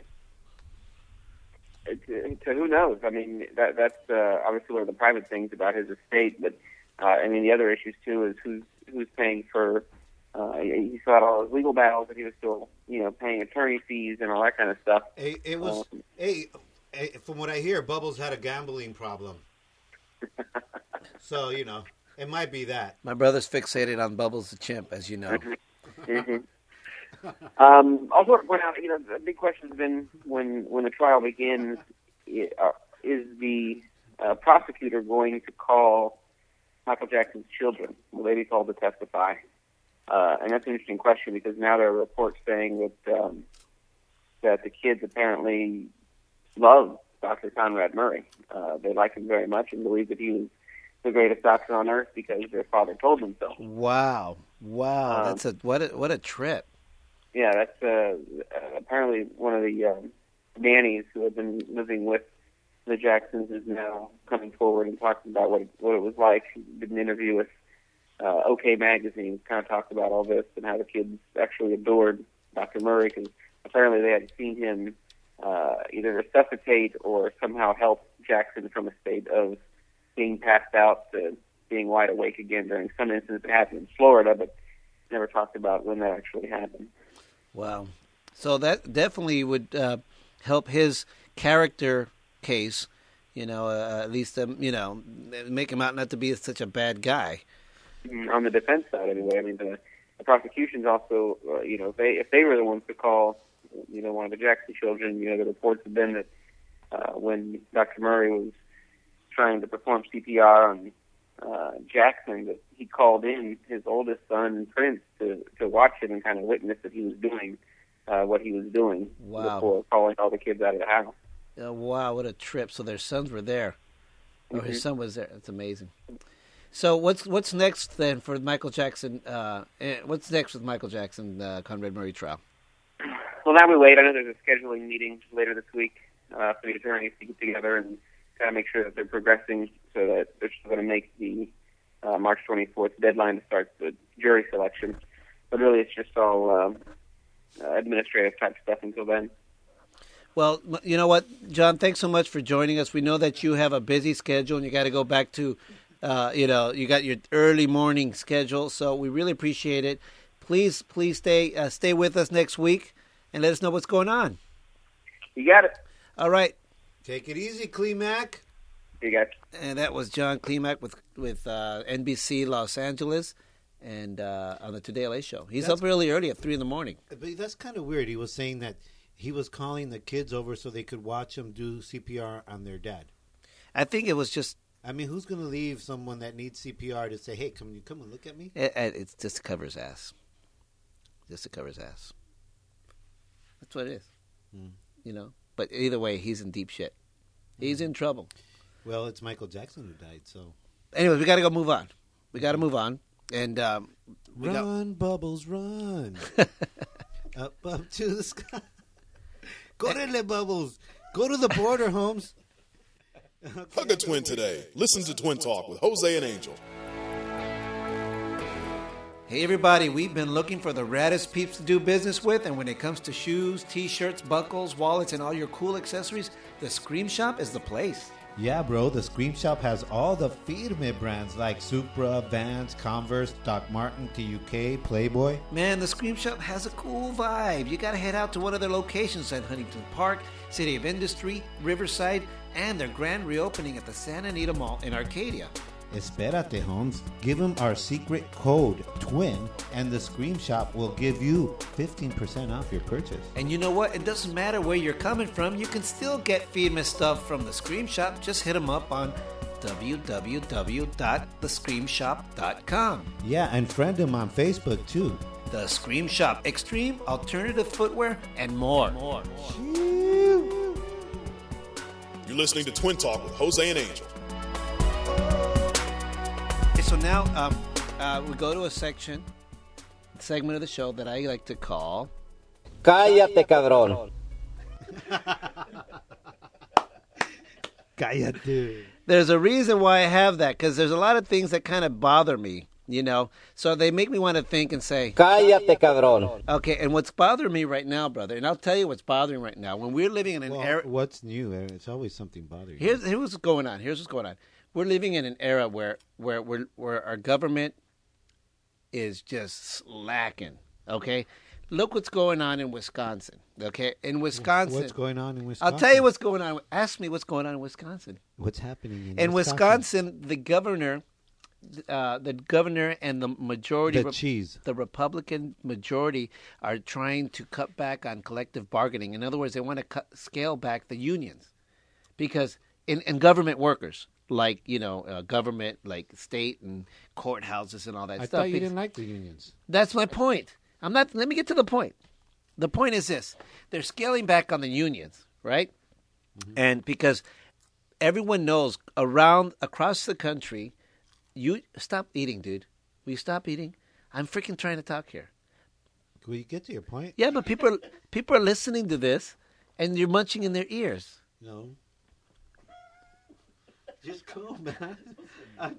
S4: to, to who knows? I mean, that that's uh, obviously one of the private things about his estate, but uh, I mean, the other issues too is who's who's paying for. Uh, he fought all his legal battles, and he was still, you know, paying attorney fees and all that kind of stuff.
S2: Hey, it was.
S4: Um,
S2: Hey, hey, from what I hear, Bubbles had a gambling problem. so you know, it might be that.
S1: My brother's fixated on Bubbles the Chimp, as you know.
S4: Mm-hmm. Um, also, want to point out, you know, the big question's been when when the trial begins, i- uh, is the uh, prosecutor going to call Michael Jackson's children? Will they be called to testify? Uh, and that's an interesting question because now there are reports saying that um, that the kids apparently love Dr. Conrad Murray. Uh, they like him very much and believe that he was the greatest doctor on earth because their father told them so.
S1: Wow. Wow. that's a, what a, what a trip.
S4: yeah, that's uh, uh, apparently one of the um, nannies who had been living with the Jacksons is now coming forward and talking about what it, what it was like. She did an interview with uh, OK Magazine, kind of talked about all this and how the kids actually adored Dr. Murray because apparently they had seen him uh, either resuscitate or somehow help Jackson from a state of being passed out to being wide awake again during some incidents that happened in Florida, but never talked about when that actually happened.
S1: Wow. So that definitely would uh, help his character case. You know, uh, at least um, you know make him out not to be such a bad guy.
S4: Mm, on the defense side anyway. I mean, the, the prosecution's also, uh, you know, if they if they were the ones to call, you know, one of the Jackson children, you know, the reports have been that uh, when Dr. Murray was trying to perform CPR on uh, Jackson, that he called in his oldest son Prince to to watch it and kind of witness that he was doing uh, what he was doing
S1: Wow.
S4: before calling all the kids out of the house.
S1: Oh, wow, what a trip! So their sons were there, or his son was there. That's amazing. So what's what's next then for Michael Jackson? Uh, eh, what's next with Michael Jackson uh, Conrad Murray trial?
S4: Well, now we wait. I know there's a scheduling meeting later this week uh, for the attorneys to get together and kind of make sure that they're progressing so that they're still going to make the uh, March 24th deadline to start the jury selection. But really, it's just all um, uh, administrative type stuff until then.
S1: Well, m- you know what, John. Thanks so much for joining us. We know that you have a busy schedule and you got to go back to, uh, you know, you got your early morning schedule. So we really appreciate it. Please, please stay uh, stay with us next week and let us know what's going on.
S4: You got it.
S1: All right,
S2: Take it easy, Clemac.
S4: You got it.
S1: And that was John Klimak with with uh, NBC Los Angeles, and uh, on the Today LA show. He's
S2: That's-
S1: up really early at three in the morning.
S2: But that's kind of weird. He was saying that he was calling the kids over so they could watch him do CPR on their dad.
S1: I think it was just
S2: I mean, who's going to leave someone that needs CPR to say, "Hey, come, come and look at me"?
S1: it, it- it's just to cover his ass, just to cover his ass. That's what it is,
S2: Hmm.
S1: you know. But either way, he's in deep shit. He's in trouble.
S2: Hmm. Well, it's Michael Jackson who died, so
S1: Anyways, we got to go move on. We got to move on, and um, we got-
S2: run, bubbles, run, up, up to the sky. Go to the bubbles. Go to the border, Holmes.
S5: Hug a twin today. Listen to Twin Talk with Jose and Angel.
S1: Hey everybody, we've been looking for the raddest peeps to do business with, and when it comes to shoes, t shirts, buckles, wallets, and all your cool accessories, the Scream Shop is the place.
S2: Yeah, bro, the Scream Shop has all the Firme brands like Supra, Vans, Converse, Doc Martin, TUK, Playboy.
S1: Man, the Scream Shop has a cool vibe. You gotta head out to one of their locations at Huntington Park, City of Industry, Riverside, and their grand reopening at the Santa Anita Mall in Arcadia.
S2: Esperate, Holmes. Give them our secret code, TWIN, and the Scream Shop will give you 15% off your purchase.
S1: And you know what? It doesn't matter where you're coming from, you can still get FEMA stuff from the Scream Shop. Just hit them up on www.thescreamshop.com.
S2: Yeah, and friend them on Facebook too.
S1: The Scream Shop, extreme, alternative footwear, and more.
S5: You're listening to Twin Talk with Jose and Angel.
S1: Okay, So now um, uh, we go to a section, segment of the show that I like to call.
S6: Cállate, cabrón.
S2: Cállate.
S1: There's a reason why I have that because there's a lot of things that kind of bother me, you know. So they make me want to think and say,
S6: Cállate, cabrón.
S1: okay. And what's bothering me right now, brother, and I'll tell you what's bothering right now. When we're living in an
S2: Well,
S1: era,
S2: what's new? It's always something bothering you.
S1: Here's, here's what's going on. Here's what's going on. We're living in an era where where where, where our government is just slacking. Okay, look what's going on in Wisconsin. Okay, in Wisconsin,
S2: What's going on in Wisconsin?
S1: I'll tell you what's going on. Ask me what's going on in Wisconsin.
S2: What's happening in,
S1: In Wisconsin, the governor, uh, the governor, and the majority
S2: The cheese.
S1: the Republican majority are trying to cut back on collective bargaining. In other words, they want to cut, scale back the unions because in, and government workers like you know uh, government like state and courthouses and all that
S2: I
S1: stuff.
S2: thought you
S1: because-
S2: didn't like the unions.
S1: that's my point. I'm not. Let me get to the point. The point is this: they're scaling back on the unions, right?
S2: Mm-hmm.
S1: And because everyone knows around across the country, you stop eating, dude. Will you stop eating? I'm freaking trying to talk here.
S2: Will you get to your point?
S1: Yeah, but people are, people are listening to this, and you're munching in their ears.
S2: No. Just cool, man. I-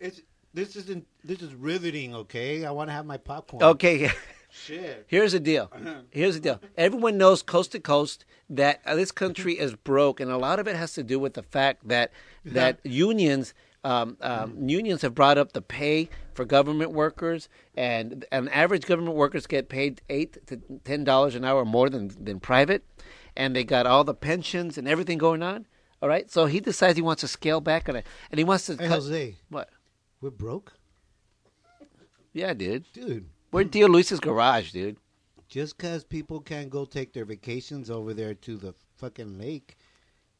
S2: it's this isn't this is riveting. Okay, I want to have my popcorn.
S1: Okay,
S2: Shit.
S1: here's the deal. Here's the deal. Everyone knows coast to coast that uh, this country is broke, and a lot of it has to do with the fact that that unions. Um,
S2: Mm-hmm.
S1: um, unions have brought up the pay for government workers, and and average government workers get paid eight to ten dollars an hour more than than private, and they got all the pensions and everything going on. All right, so he decides he wants to scale back on it, and he wants to.
S2: Hey,
S1: cut-
S2: Jose.
S1: What?
S2: We're broke,
S1: Yeah, dude.
S2: dude.
S1: We're Dio Luis's garage, dude.
S2: Just because people can't go take their vacations over there to the fucking lake,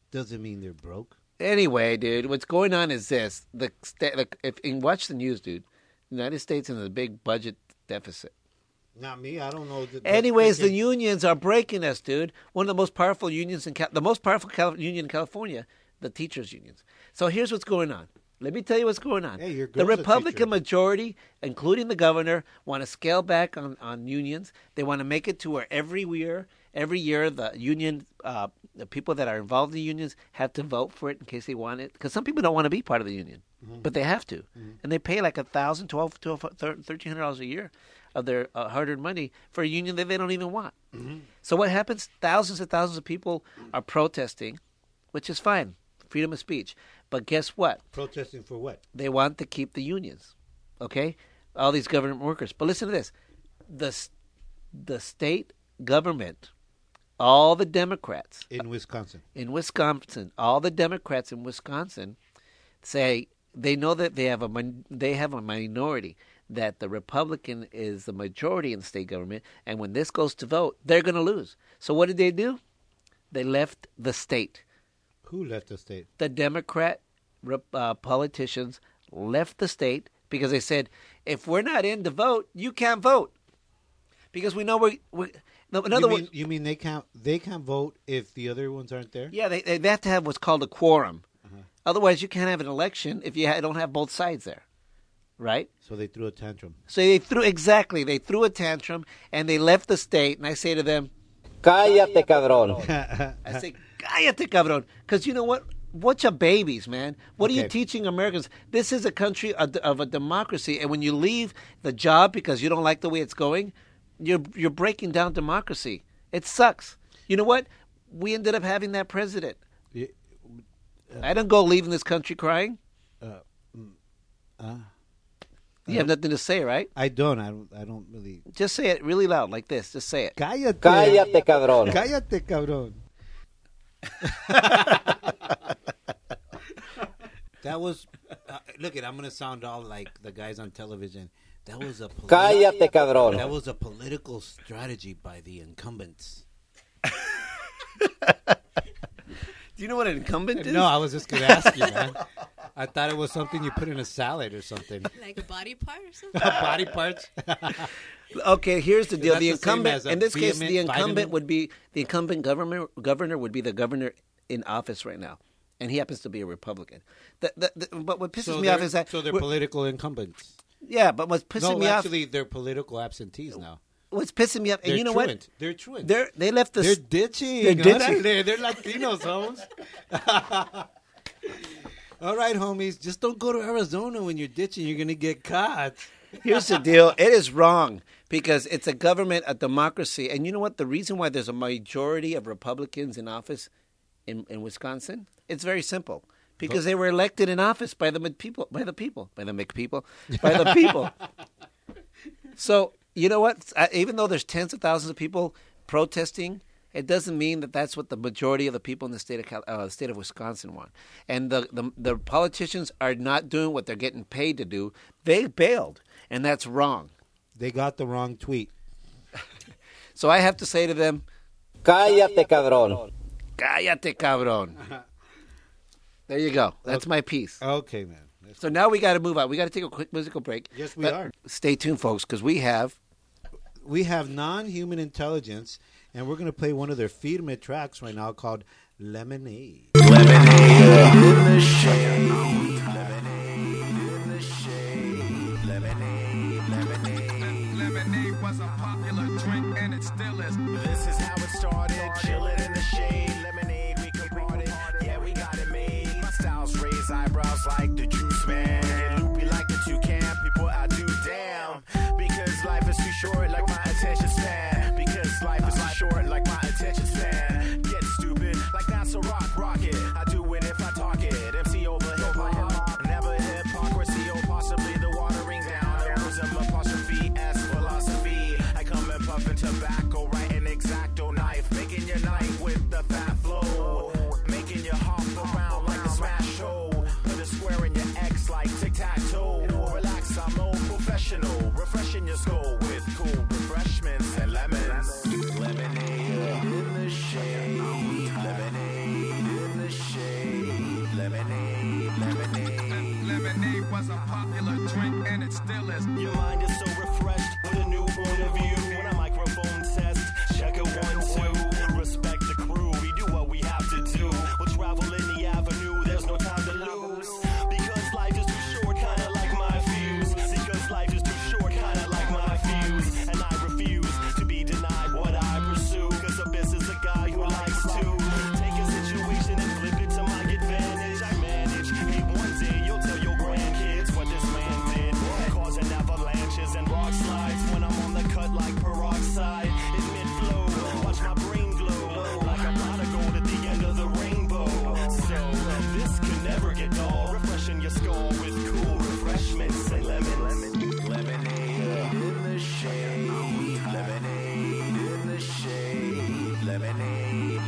S2: doesn't mean they're broke.
S1: Anyway, dude, what's going on is this: the sta- like, if and watch the news, dude. The United States in a big budget deficit.
S2: Not me. I don't know. that-
S1: Anyways, the
S2: that-
S1: unions are breaking us, dude. One of the most powerful unions in Cal- the most powerful Cal- union in California, the teachers' unions. So here's what's going on. Let me tell you what's going on.
S2: Hey, your
S1: the
S2: girl's a teacher.
S1: Republican majority, including the governor, want to scale back on, on unions. They want to make it to where every year, every year, the union, uh, the people that are involved in the unions have to vote for it in case they want it. Because some people don't want to be part of the union,
S2: Mm-hmm.
S1: but they have to, and they pay like a thousand, twelve, twelve, thirteen hundred dollars a year of their uh, hard-earned money for a union that they don't even want.
S2: Uh, mm.
S1: So what happens? Thousands and thousands of people are protesting, which is fine, freedom of speech. But guess what?
S2: protesting for what?
S1: they want to keep the unions, okay? All these government workers. But listen to this: the s- the state government, all the Democrats uh,
S2: In Wisconsin.
S1: in Wisconsin, all the Democrats in Wisconsin say they know that they have a min- they have a minority that the Republican is the majority in the state government, and when this goes to vote, they're going to lose. So what did they do? They left the state
S2: Who left the state?
S1: the Democrat rep- uh, politicians left the state because they said, if we're not in to vote, you can't vote. Because we know we're. we're no, in other
S2: you, mean,
S1: words,
S2: you mean they can't they can't vote if the other ones aren't there?
S1: yeah, they, they have to have what's called a quorum.
S2: Mm-hmm.
S1: Otherwise, you can't have an election if you ha- don't have both sides there, right?
S2: So they threw a tantrum.
S1: So they threw exactly. They threw a tantrum and they left the state. And I say to them,
S6: Cállate, cabrón.
S1: I say, cállate, cabrón. Because you know what? Bunch of babies, man. What are you
S2: Okay.
S1: teaching Americans? This is a country of, of a democracy, and when you leave the job because you don't like the way it's going, you're you're breaking down democracy. It sucks. You know what? We ended up having that president.
S2: Yeah,
S1: I don't go leaving this country crying. Ah. you have nothing to say, right?
S2: I don't. I don't. I don't really.
S1: Just say it really loud, like this. Just say it.
S2: Cállate.
S6: Cállate, cabrón.
S2: Cállate, cabrón. that was. Uh, look, it. I'm gonna sound all like the guys on television. That was a. politi-
S6: Cállate, cabrón.
S2: That was a political strategy by the incumbents.
S1: Do you know what an incumbent is?
S2: No, I was just gonna ask you, man. I thought it was something you put in a salad or something.
S3: Like a body part or something?
S2: Body parts.
S1: Okay, here's the deal.
S2: that's
S1: The
S2: the same
S1: incumbent,
S2: as a
S1: in this case, the
S2: vehement
S1: incumbent
S2: vitamin?
S1: would be the incumbent government governor would be the governor in office right now, and he happens to be a Republican. The, the, the, but what pisses
S2: so
S1: me off
S2: they're-
S1: is that
S2: so they're
S1: we're-
S2: political incumbents.
S1: yeah, but what's pissing
S2: no,
S1: me
S2: actually, they're political absentees now.
S1: off, what's pissing me off, and
S2: They're
S1: you know
S2: truant.
S1: what?
S2: They're truant.
S1: They're they left the
S2: They're
S1: s-
S2: ditching.
S1: They're ditching.
S2: Órale, they're Latinos, homes. All right, homies. Just don't go to Arizona when you're ditching. You're gonna get caught.
S1: Here's the deal. It is wrong because it's a government, a democracy. And you know what? The reason why there's a majority of Republicans in office in, in Wisconsin, it's very simple. Because they were elected in office by the mid- people, by the people, by the Mc people, by the people. so you know what? I- Even though there's tens of thousands of people protesting, it doesn't mean that that's what the majority of the people in the state of Cal- uh, the state of Wisconsin want. And the, the the politicians are not doing what they're getting paid to do. They bailed, and that's wrong.
S2: They got the wrong tweet.
S1: So I have to say to them,
S6: Cállate, cabrón.
S1: "Cállate, cabrón." There you go. That's my piece.
S2: Okay, man. That's-
S1: So now we got to move on. We got to take a quick musical break.
S2: Yes, we are.
S1: Stay tuned, folks, because we have
S2: We have non-human intelligence, and we're gonna play one of their firme tracks right now called Lemonade.
S7: Lemonade was a popular drink and it still is. This is how it started, chillin' in the shade.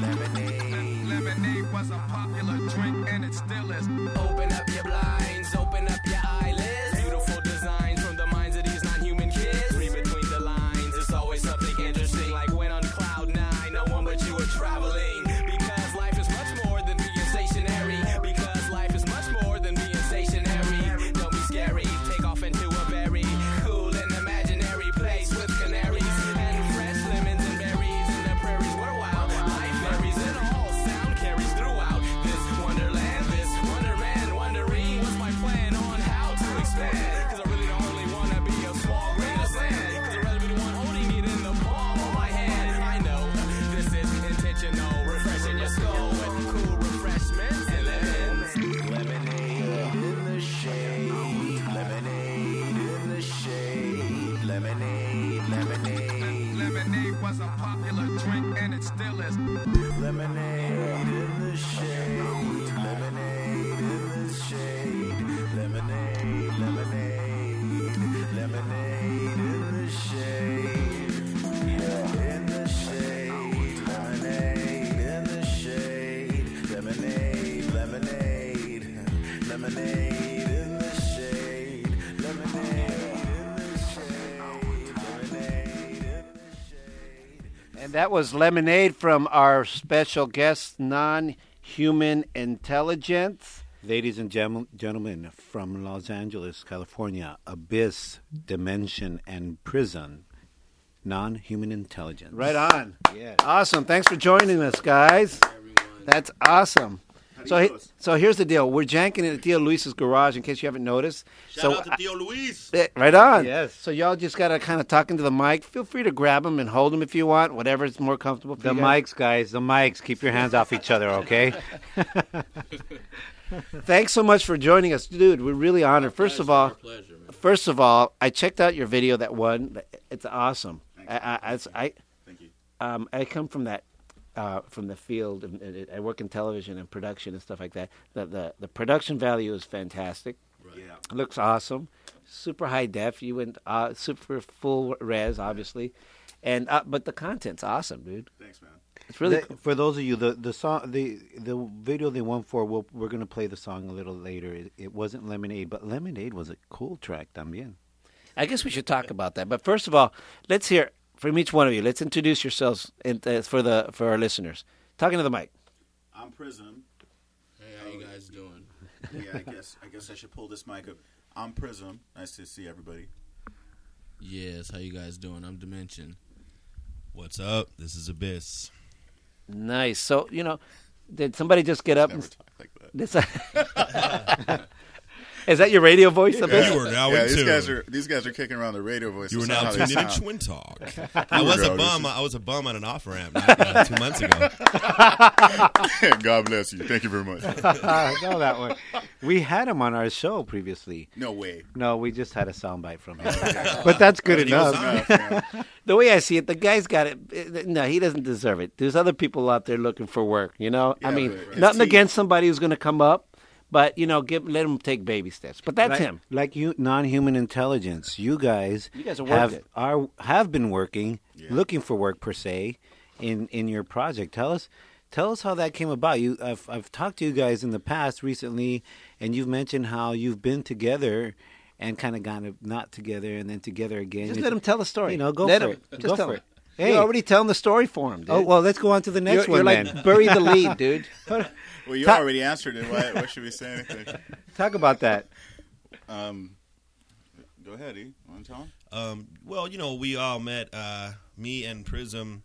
S7: lemonade. Lemonade was a popular drink and it still is. Open up your blinds, open up your eyelids. Beautiful designs from the minds of these non-human kids. Read between the lines, it's always something interesting. Like when on cloud nine, no one but you are traveling. Because life is much more than being stationary. Because life is much more than being stationary. Don't be scary, take off into a very cool and imaginary place with canaries and fresh lemons and berries and the prairies were wild. Life varies and all sound carries throughout this wonderland, this wonderland. Wondering what's my plan on how to expand? Cause I really don't really wanna be a small grain of sand. Cause I'd rather be the one holding it in the palm of my hand. I know this is intentional, refreshing your skull with cool refreshments and lemons. Lemonade in the shade, lemonade in the shade, lemonade, lemonade. Lemonade was a popular drink and it still is. Lemonade in the shade, lemonade in the shade, lemonade, lemonade, lemonade in the shade. Yeah, in the shade, lemonade in the shade, lemonade, lemonade, lemonade in the shade, lemonade in the shade, lemonade in the shade.
S1: And that was Lemonade from our special guest, non human intelligence. Ladies and gem- gentlemen, from Los Angeles, California, Abyss, Dimension, and Prison, non human intelligence. Right on.
S2: Yeah.
S1: Awesome. Thanks for joining us, guys. That's awesome. So, he, so here's the deal. We're janking it at Theo Luis's garage, in case you haven't noticed.
S8: Shout
S1: so
S8: out to Theo Luis.
S1: yeah, Right on.
S2: Yes.
S1: So y'all just gotta kind of talk into the mic. Feel free to grab them and hold them if you want. Whatever's more comfortable for
S2: The
S1: you guys.
S2: mics, guys. The mics. Keep your hands off each other, okay?
S1: Thanks so much for joining us, dude. We're really honored. First of all,
S8: Our pleasure, man.
S1: first of all, I checked out your video. That one, it's awesome. I, I, I, I-
S8: Thank you.
S1: um, I come from that. Uh, from the field, and, and I work in television and production and stuff like that. The the, the production value is fantastic.
S8: Right.
S1: It looks awesome, super high def. You went uh, super full res, obviously, and uh, but the content's awesome, dude.
S8: Thanks, man.
S1: It's really
S2: The- for those of you the the song the the video they won for. We'll, we're gonna play the song a little later. It, it wasn't Lemonade, but Lemonade was a cool track. También.
S1: I guess we should talk about that. But first of all, let's hear from each one of you. Let's introduce yourselves and, uh, for the for our listeners. Talking to the mic.
S9: I'm Prism.
S8: Hey, how you guys doing?
S9: Yeah, I guess I guess I should pull this mic up. I'm Prism. Nice to see everybody.
S8: Yes, how you guys doing? I'm Dimension. What's up? This is Abyss.
S1: Nice. So you know, did somebody just get up? And,
S9: talk like that.
S1: this, is that your radio voice? of this?
S10: You are now
S9: yeah,
S10: in
S9: these
S10: tune.
S9: guys are these guys are kicking around the radio voice.
S10: you are
S9: That's
S10: now
S9: not how
S10: tuned
S9: they
S10: in to
S9: sound.
S10: Twin Talk. I was a
S9: bro, this
S10: bum.
S9: is-
S10: I was a bum on an off ramp uh, two months ago.
S9: God bless you. Thank you very much.
S2: Ah, no, that one. We had him on our show previously.
S9: No way.
S2: No, we just had a soundbite from him, but that's good enough.
S9: Enough, man.
S1: The way I see it, the guy's got it. eh, No, he doesn't deserve it. There's other people out there looking for work. You know, I
S9: Yeah,
S1: mean,
S9: right, right.
S1: nothing
S9: See-
S1: against somebody who's going to come up, but you know, give let him take baby steps. But that's
S2: like,
S1: him.
S2: Like you, non-human intelligence. You guys,
S1: You guys are
S2: have
S1: working.
S2: are have been working, looking for work per se, in in your project. Tell us, tell us how that came about. You, I've I've talked to you guys in the past recently, and you've mentioned how you've been together. And kind of gone not together, and then together again.
S1: Just
S2: It's-
S1: let him tell the story.
S2: You know, go
S1: let
S2: for
S1: him.
S2: it.
S1: Just
S2: go
S1: tell
S2: for
S1: him.
S2: it. Hey,
S1: You're already telling the story for him. Dude.
S2: oh well, let's go on to the next
S1: you're, you're
S2: one.
S1: like
S2: then.
S1: bury the lead, dude.
S9: Well, you
S2: Ta-
S9: already answered it. Why, why should we say anything?
S2: Talk about that.
S9: Um, go ahead, E. Want to tell him?
S10: Um, well, you know, we all met. Uh, me and Prism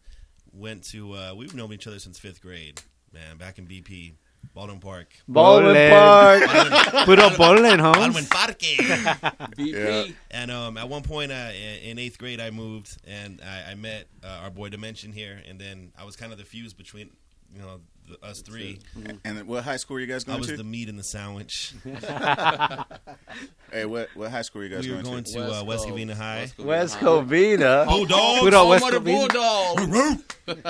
S10: went to. Uh, we've known each other since fifth grade, man. Back in BP, Baldwin Park,
S1: Baldwin
S2: Bowling.
S1: Park.
S2: Put up bowling,
S10: Baldwin
S2: Holmes.
S10: Parque.
S8: BP.
S10: and um, at one point, uh, in in eighth grade, I moved and I, I met uh, our boy Dimension here, and then I was kind of the fuse between, you know, the, us three.
S9: Mm-hmm. And then what high school are you guys
S10: I
S9: going
S10: was
S9: to?
S10: the meat in the sandwich.
S9: hey, what what high school are you guys
S10: we were
S9: going,
S10: going to uh, West Covina High.
S1: West Covina.
S10: Bulldogs.
S1: Put on West
S8: What a
S1: Covina.
S8: bulldog.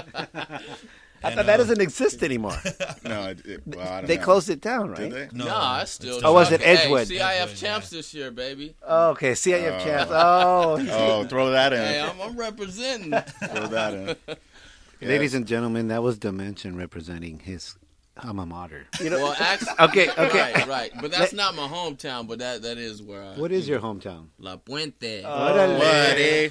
S1: I
S10: And,
S1: thought that
S10: uh,
S1: doesn't exist anymore.
S9: No, it, it, well, I don't
S1: they
S9: know.
S1: closed it down, right?
S9: Did they?
S10: No,
S8: Nah, that's still.
S1: Oh, was it Edgewood?
S8: Hey, CIF
S10: Edgewood,
S8: champs this year, baby.
S1: Oh, okay, CIF
S8: Uh,
S1: champs. Oh,
S9: Oh, throw that in.
S8: Hey, I'm, I'm representing.
S9: Throw that in.
S8: Yeah.
S2: Ladies and gentlemen, that was Dimension representing his alma mater.
S8: well, actually,
S2: okay, okay,
S8: right, right. But that's not my hometown. But that that is where. I,
S2: What is your hometown?
S8: uh, La Puente.
S1: Oh.
S2: Órale.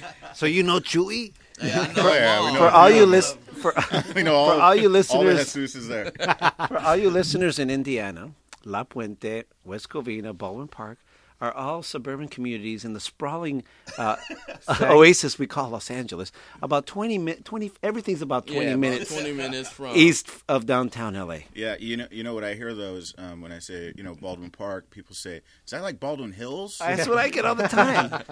S1: eh?
S2: So you know Chewy?
S8: know
S2: For-
S8: them all. We know-
S1: for all
S8: we
S1: you
S8: know-
S1: list for,
S9: we know all-
S1: for all you
S9: all the
S1: listeners
S9: Jesus is there.
S1: for all you listeners in Indiana, La Puente, West Covina, Baldwin Park are all suburban communities in the sprawling uh, oasis we call Los Angeles. About 20 minutes, 20 everything's about 20
S8: Yeah, about
S1: minutes
S8: 20 minutes from-
S1: east of downtown LA.
S9: Yeah, you know, you know what I hear though is um, when I say you know Baldwin Park, people say, "Is that like Baldwin Hills?"
S1: That's what I get all the time.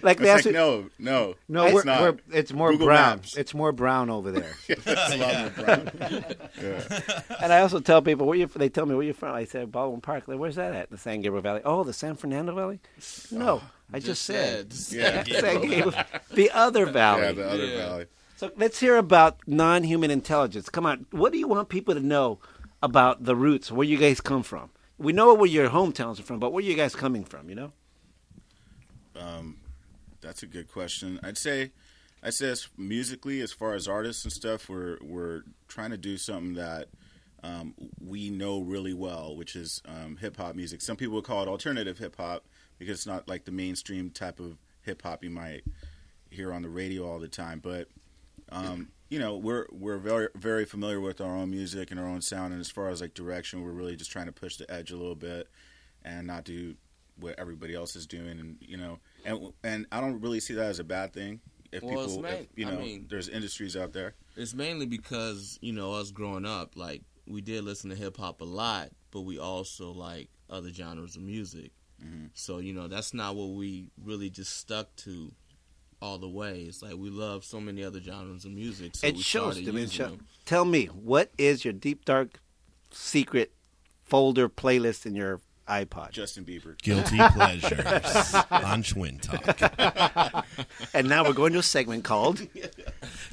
S1: Like,
S9: It's
S1: they ask me-
S9: no, no,
S2: No,
S9: it's
S2: we're,
S9: not.
S2: we're, it's more
S9: Google
S2: brown.
S9: Maps.
S2: It's more brown over there.
S9: It's a lot more brown. Yeah.
S1: And I also tell people where you. They tell me where you're from. I said Baldwin Park. Like, Where's that at? The San Gabriel Valley. Oh, the San Fernando Valley. No,
S9: uh,
S1: I just,
S8: just
S1: said,
S8: said. Yeah.
S1: San Gabriel. the other valley.
S9: Yeah, the other
S8: Yeah.
S9: valley.
S1: So let's hear about non-human intelligence. Come on, what do you want people to know about the roots? Where you guys come from? We know where your hometowns are from, but where you guys coming from? You know,
S9: Um, that's a good question. I'd say, I'd say as musically, as far as artists and stuff, we're we're trying to do something that um, we know really well, which is um, hip hop music. Some people would call it alternative hip hop because it's not like the mainstream type of hip hop you might hear on the radio all the time. But um, you know, we're we're very very familiar with our own music and our own sound. And as far as like direction, we're really just trying to push the edge a little bit and not do what everybody else is doing. And you know, and and I don't really see that as a bad thing. If
S8: Well, it's
S9: people,
S8: ma-
S9: if, you
S8: I
S9: know,
S8: mean-
S9: there's industries out there.
S8: It's mainly because you know us growing up, like we did listen to hip hop a lot, but we also like other genres of music.
S1: Mm-hmm.
S8: So you know that's not what we really just stuck to all the way. It's like we love so many other genres of music. So
S1: it
S8: we
S1: shows
S8: started
S1: dementia.
S8: using them.
S1: Tell me, what is your deep dark secret folder playlist in your iPod?
S9: Justin Bieber.
S10: Guilty pleasures on Schwinn Talk.
S1: and now we're going to a segment called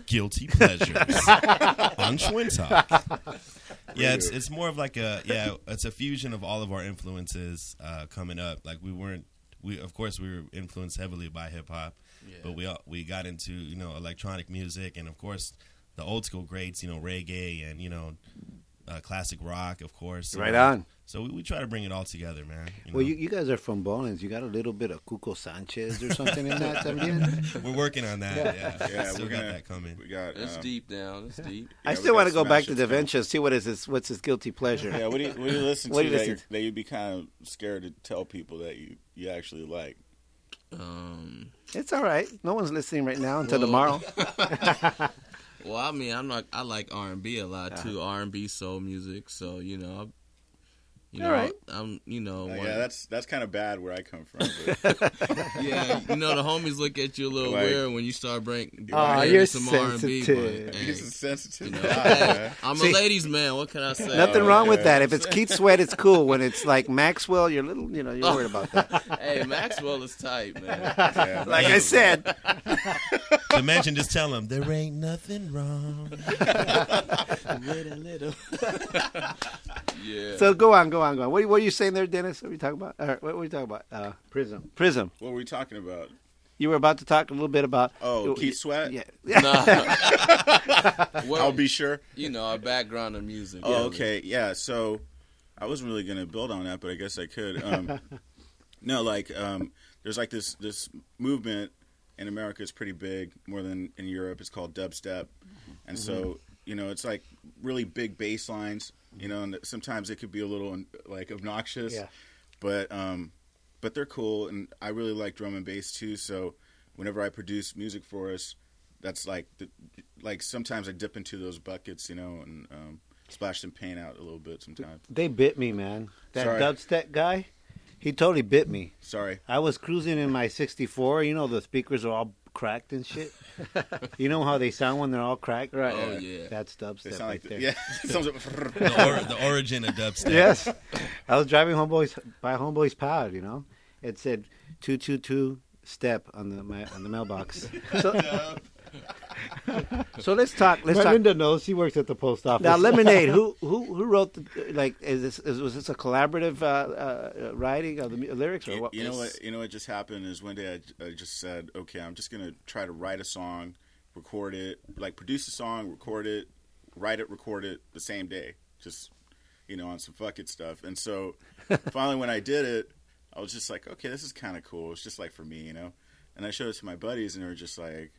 S10: Guilty pleasures on Schwinn Talk. Yeah, it's it's more of like a yeah, it's a fusion of all of our influences uh, coming up. Like we weren't we of course we were influenced heavily by hip hop, but we all, we got into you know electronic music and of course the old school greats, you know reggae and you know uh, classic rock, of course. you
S1: Right
S10: know.
S1: on.
S10: So we, we try to bring it all together, man. you
S2: Well,
S10: know.
S2: you, you guys are from Bowlins. You got a little bit of Cuco Sanchez or something in that también.
S10: We're working on that. Yeah,
S9: Yeah,
S10: still
S9: we're
S10: got
S9: gonna-
S10: that coming.
S9: We got.
S8: It's
S9: um,
S8: deep down. It's deep.
S9: yeah,
S1: uh, I
S9: we
S1: still want to
S9: got
S1: go back to
S9: Smash
S1: Da
S9: Hits coming.
S1: Vinci and see what is his what's his guilty pleasure.
S9: Yeah, what do you what do you listen
S1: What
S9: to
S1: do you
S9: that,
S1: listen
S9: you're- that you'd be kind of scared to tell people that you, you actually like?
S8: Um,
S1: It's all right. No one's listening right now until
S8: Well-
S1: tomorrow.
S8: well, I mean, I'm not. I like R and B a lot
S1: Uh-huh.
S8: too. R and B soul music. So you know, I'm, you know,
S1: All right.
S8: I'm you know,
S9: Uh,
S8: one-
S9: yeah, that's that's kind of bad where I come from. but-
S8: yeah, you know, the homies look at you a little
S9: Like-
S8: weird when you start bring.
S1: Aw,
S8: bringing
S1: you're
S8: some R&B, but,
S1: sensitive.
S8: hey,
S9: He's a sensitive
S8: you know,
S9: guy,
S8: hey,
S9: man.
S8: I'm
S1: See-
S8: a ladies' man. What can I say?
S1: Nothing
S9: Oh,
S1: wrong with
S9: okay.
S1: that. If it's Keith Sweat, it's cool. When it's like Maxwell, you're little, you know, you're worried about that.
S8: Hey, Maxwell is tight, man.
S9: Yeah,
S1: Like I said,
S10: Dimension, just tell them Um, there ain't nothing wrong.
S8: Wait a little. yeah.
S1: so go on, go on, go on. What, what are you saying there, Dennis? What are you talking about? Or what were you talking about? Uh, Prism. Prism.
S9: what were we talking about?
S1: You were about to talk a little bit about.
S9: Oh, Keith Sweat.
S1: Yeah. yeah.
S8: nah. well,
S9: I'll be sure.
S8: you know, our background in music.
S9: Oh,
S8: really.
S9: okay. Yeah. So I wasn't really going to build on that, but I guess I could. Um, no, like um, there's like this this movement in America. It's pretty big, more than in Europe. It's called dubstep,
S1: Mm-hmm.
S9: and so you know it's like really big bass lines. You know, and sometimes it could be a little um, like obnoxious,
S1: Yeah.
S9: but um, but they're cool, and I really like drum and bass too. So whenever I produce music for us, that's like the, like sometimes I dip into those buckets, you know, and um, splash some paint out a little bit sometimes.
S2: They bit me, man. That
S9: Sorry.
S2: dubstep guy, he totally bit me.
S9: Sorry.
S2: I was cruising in my 64. You know, the speakers are all cracked and shit. you know how they sound when they're all cracked? Right.
S8: Oh, yeah.
S2: That's dubstep
S9: They
S2: right
S9: sound like
S2: there.
S9: the, yeah. it sounds like-
S10: The, or, the origin of dubstep.
S2: yes. I was driving homeboys by homeboys pod, you know. It said two two two step on the my, on the mailbox.
S1: So, so let's talk. Let's talk.
S2: Melinda knows she works at the post office.
S1: Now, Lemonade. Who who who wrote the like? Is this is, was this a collaborative uh, uh, writing of the mu- lyrics or
S9: you,
S1: what?
S9: you know
S1: was-
S9: what? You know what just happened is one day I, I just said, okay, I'm just gonna try to write a song record it, like produce a song, record it, write it, record it the same day, just you know, on some fuck it stuff. And so finally, when I did it, I was just like, okay, this is kind of cool. It's just like for me, you know. And I showed it to my buddies, and they were just like,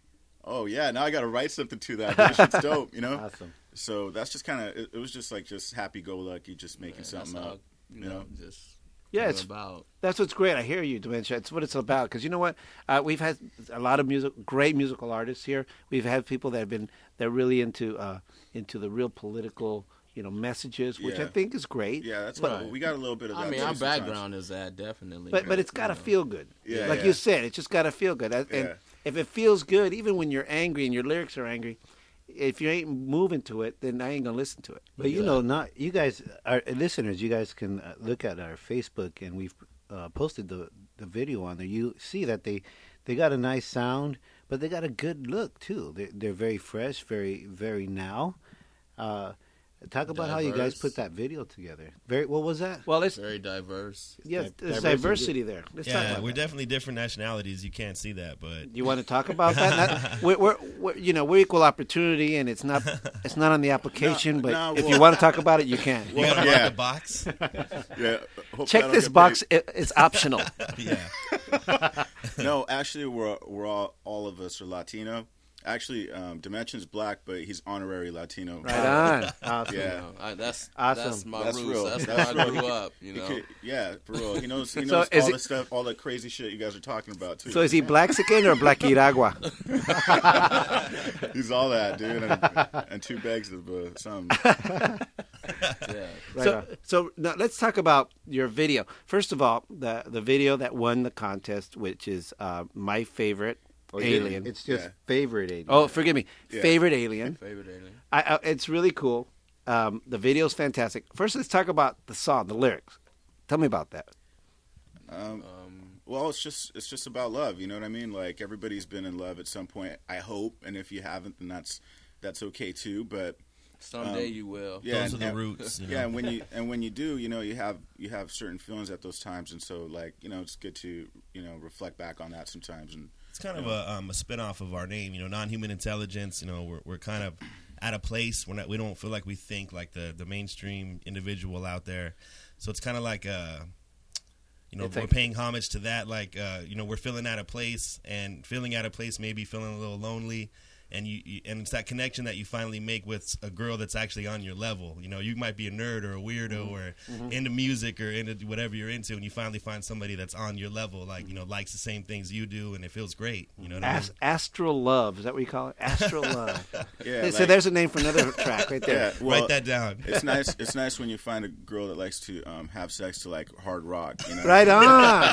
S9: oh yeah, now I got to write something to that. This shit's dope, you know.
S2: Awesome.
S9: So that's just kind of it, it was just like just happy go lucky, just making
S8: That's
S9: something
S8: how,
S9: up.
S8: you
S9: you
S8: know,
S9: know?
S8: just
S1: Yeah,
S8: come
S1: it's-
S8: about.
S1: That's what's great. I hear you, Dementia. It's what it's about. Because you know what? Uh, we've had a lot of music, great musical artists here. We've had people that have been that are really into uh, into the real political, you know, messages, which I
S9: Yeah.
S1: think is great.
S9: Yeah, that's
S1: But-
S9: cool. We got a little bit of that.
S8: I mean,
S9: too
S8: our
S9: sometimes.
S8: background is that definitely,
S1: but but it's got to
S8: you know.
S1: feel good.
S9: Yeah,
S1: like
S9: yeah.
S1: you said, it's just got to feel good. And and
S9: Yeah.
S1: if it feels good, even when you're angry and your lyrics are angry, if you ain't moving to it, then I ain't gonna listen to it.
S2: But you know, not you guys, our listeners, you guys can uh, look at our Facebook, and we've uh, posted the the video on there. You see that they they got a nice sound, but they got a good look too. They're, they're very fresh, very very now. Uh, talk about how you guys
S8: Diverse.
S2: put that video together. Very what was that?
S1: Well, it's
S8: very diverse.
S1: yeah,
S2: di-
S1: there's
S2: diversity.
S1: diversity there. Let's talk
S10: Yeah,
S1: about
S10: we're
S1: that.
S10: definitely different nationalities. You can't see that, but
S1: You want to talk about that? Not- we're, we're, we're, you know, we're equal opportunity, and it's not it's not on the application.
S9: No,
S1: but
S9: no,
S1: if
S9: well-
S1: you want to talk about it, you can.
S10: you gotta mark
S9: yeah.
S10: the box.
S9: Yeah, hopefully I
S1: Check
S9: don't
S1: this
S9: get
S1: box; it, it's optional.
S10: yeah,
S9: paid. No, actually, we're we're all all of us are Latino. Actually, um, Dimension's black, but he's honorary Latino.
S1: Right on.
S2: Awesome.
S9: Yeah.
S8: You know, I, that's
S2: Awesome.
S8: that's my
S9: That's
S8: roots.
S9: real.
S8: That's,
S9: That's
S8: how I
S9: real.
S8: grew up. You
S9: He
S8: know,
S9: could- yeah, for real. He knows he
S1: So
S9: knows
S1: is
S9: all
S1: it-
S9: the stuff, all the crazy shit you guys are talking about too.
S1: So is he black skin or black Iragua?
S9: he's all that dude, and, and two bags of uh, something.
S8: yeah.
S1: Right so, so now let's talk about your video. First of all, the the video that won the contest, which is uh, my favorite alien.
S2: Oh, It's just
S9: Yeah.
S2: favorite alien.
S1: oh, forgive me,
S9: Yeah.
S1: favorite alien.
S8: Favorite alien.
S1: I, I, it's really cool. Um, the video's fantastic. First, let's talk about the song, the lyrics. Tell me about that.
S9: Um,
S8: Um,
S9: Well, it's just it's just about love. You know what I mean? Like everybody's been in love at some point. I hope, and if you haven't, then that's that's okay too. But um,
S8: Someday you will.
S9: yeah,
S10: those are
S9: and-
S10: the
S9: and-
S10: roots. You know?
S9: Yeah, and when you and when you do, you know, you have you have certain feelings at those times, and so like you know, it's good to you know reflect back on that sometimes. And
S10: It's kind of a, um, a spin off of our name, you know, non human intelligence. You know, we're, we're kind of out of place. We're not, we don't feel like we think like the, the mainstream individual out there. So it's kind of like, uh, you know,
S1: It's
S10: we're
S1: like-
S10: paying homage to that. Like, uh, you know, we're feeling out of place and feeling out of place, maybe feeling a little lonely. And you, you, and it's that connection that you finally make with a girl that's actually on your level. You know, you might be a nerd or a weirdo
S1: Mm-hmm.
S10: or into music or into whatever you're into, and you finally find somebody that's on your level, like you know, likes the same things you do, and it feels great. You know, what I mean?
S1: Ast- astral love is that what you call it? Astral love.
S9: yeah,
S1: so
S9: like-
S1: there's a name for another track right there.
S9: yeah, well,
S10: write that down.
S9: it's nice. It's nice when you find a girl that likes to um, have sex to like hard rock. You know?
S1: Right on,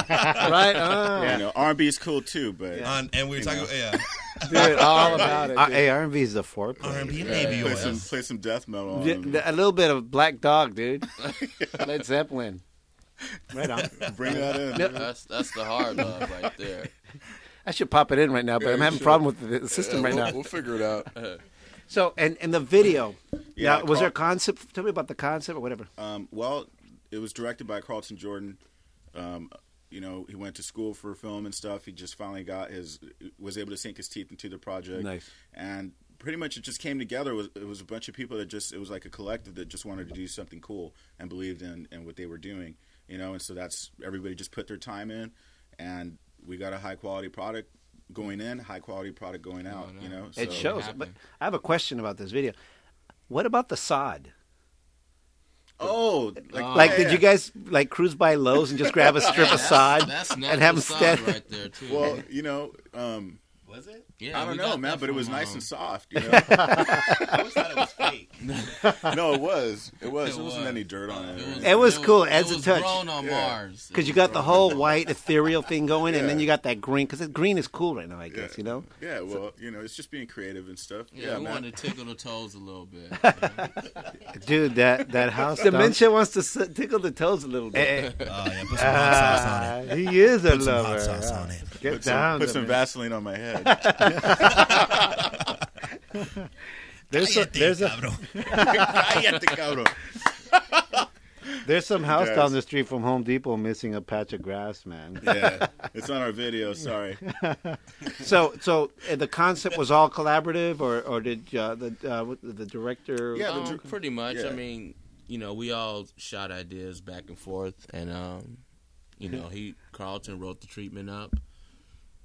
S1: right on.
S9: You know, R and B is cool too, but
S10: On, and we were talking, yeah,
S1: Dude, all about it.
S2: Uh, hey, R&B is the foreplay.
S10: R and B
S9: play
S10: baby oil.
S9: some play some death metal. On
S1: Yeah,
S9: them.
S1: th- A little bit of Black Dog, dude. Led Zeppelin. Right on.
S9: Bring that in.
S8: That's that's the hard love right there.
S1: I should pop it in right now, but I'm having a problem with the- the system right now.
S8: figure it out. Uh,
S1: So, and, and the video.
S9: Yeah,
S1: Now, was
S9: Carl-
S1: there a concept? Tell me about the concept or whatever.
S9: Um, well, it was directed by Carlton Jordan. Um, you know, he went to school for film and stuff. He just finally got his, was able to sink his teeth into the project.
S1: Nice.
S9: And pretty much it just came together. It was, it was a bunch of people that just, it was like a collective that just wanted to do something cool and believed in, in what they were doing. You know, and so that's everybody just put their time in, and we got a high quality product going in, high quality product going out. You know,
S1: It
S9: So-
S1: shows.
S8: happened.
S1: But I have a question about this video. What about the sod?
S9: Oh, like,
S1: like,
S9: yeah,
S1: did you
S9: yeah.
S1: guys like cruise by Lowe's and just grab a strip of sod
S8: that's not
S1: and have
S8: the
S1: them
S8: side
S1: stand?
S8: right there too.
S9: Well, you know, um,
S10: Was it?
S8: yeah,
S9: I don't
S8: we got
S9: know, man,
S8: that
S9: but it
S8: from,
S9: was nice
S8: um,
S9: and soft. You know?
S10: I always thought it was fake.
S9: no, it was. It was.
S8: It
S9: There wasn't
S8: was.
S9: any dirt on it.
S1: It was cool. It
S8: It
S1: adds a
S8: was
S1: touch.
S8: grown on
S9: Yeah.
S8: Mars.
S1: Because you got the whole white ethereal thing going, and then
S9: Yeah.
S1: you got that green. Because green is cool right now, I guess. You know.
S9: yeah, well, you know, it's just being creative and stuff.
S8: Yeah,
S9: Yeah,
S8: we
S9: man.
S8: wanted to tickle the toes a little bit.
S2: Dude, that that house. down-
S1: Dementia wants to s- tickle the toes a little bit.
S2: Eh, eh,
S10: Oh yeah, put some hot sauce on it.
S2: ah, he is a
S10: Put some
S2: lover.
S10: hot sauce on it.
S2: Get
S9: Put
S2: down.
S9: some, put some
S2: Dementia.
S9: Vaseline on my head.
S2: There's a,
S10: Cállate,
S2: there's a
S10: cabrón.
S9: Cállate, cabrón.
S2: There's some house
S9: does.
S2: down the street from Home Depot missing a patch of grass, man.
S9: yeah, it's on our video. Sorry.
S1: So, so uh, the concept was all collaborative, or or did uh, the uh, what- the director?
S9: Yeah, the
S8: Um,
S9: dr-
S8: pretty much.
S9: yeah.
S8: I mean, you know, we all shot ideas back and forth, and um, you know, he Carlton wrote the treatment up,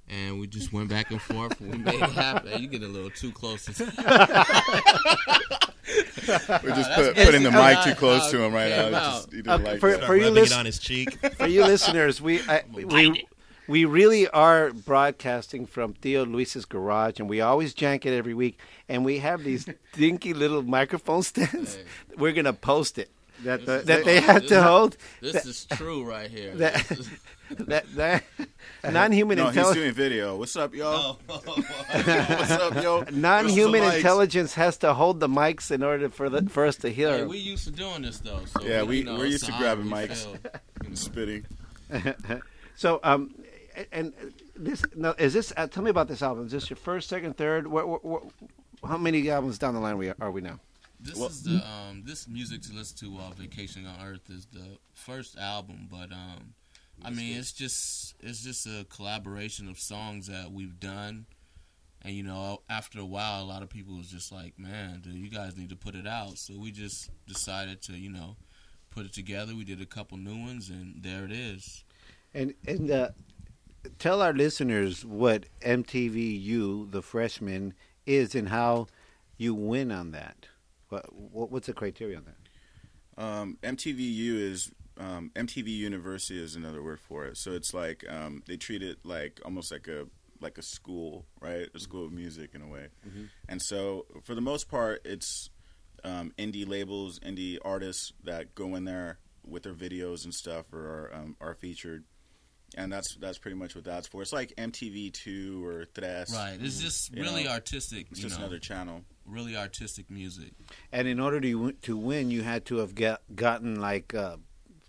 S8: and we just went back and forth. and we made it happen. Hey, you get a little too close. To-
S9: We're just
S8: that's
S9: put,
S8: good.
S9: putting the
S8: It's-
S9: mic
S8: uh,
S9: too close
S8: uh,
S9: to him right
S8: came
S9: now. It's
S8: out.
S9: Just, he didn't
S1: Okay,
S9: like
S1: for-
S9: that.
S10: Start
S1: you
S10: rubbing it
S1: listen-
S10: on his cheek.
S1: For you listeners, we I, we we really are broadcasting from Theo Luis's garage, and we always jank it every week. And we have these dinky little microphone stands. We're gonna post it
S2: That the,
S1: that they had to hold.
S8: this is true right here.
S1: That
S8: This is-
S1: that that non-human
S9: No, he's
S1: intelligence.
S9: doing video. What's up,
S10: Oh.
S9: y'all? What's up, yo?
S1: Non-human
S9: Where's the mics?
S1: intelligence has to hold the mics in order for the, for us to hear.
S8: Hey, we used to doing this though. So
S9: Yeah, we-
S8: you know,
S9: we're
S8: it's
S9: used to
S8: an
S9: grabbing
S8: honor we
S9: mics.
S8: feel, you know.
S9: Spitting.
S1: So, um, and this now is this? Uh, tell me about this album. Is this your first, second, third? Where, where, where, how many albums down the line we are, are we now?
S8: This is the um, this music to listen to while vacationing on Earth is the first album, but um, I mean it's just it's just a collaboration of songs that we've done, and you know after a while a lot of people was just like, man, dude, you guys need to put it out. So we just decided to you know put it together. We did a couple new ones, and there it is.
S2: and and uh, tell our listeners what MTVU the freshman is and how you win on that. What, what what's the criteria on that?
S9: Um, MTVU is um, MTV University is another word for it. So it's like um, they treat it like almost like a like a school, right? A school of music in a way.
S2: Mm-hmm.
S9: And so for the most part, it's um, indie labels, indie artists that go in there with their videos and stuff or are, um, are featured. And that's that's pretty much what that's for. It's like MTV two or tres.
S8: Right, it's just
S9: You
S8: really
S9: know,
S8: artistic.
S9: It's
S8: you
S9: just
S8: know,
S9: another channel.
S8: really artistic music.
S2: And in order to to win, you had to have get, gotten like a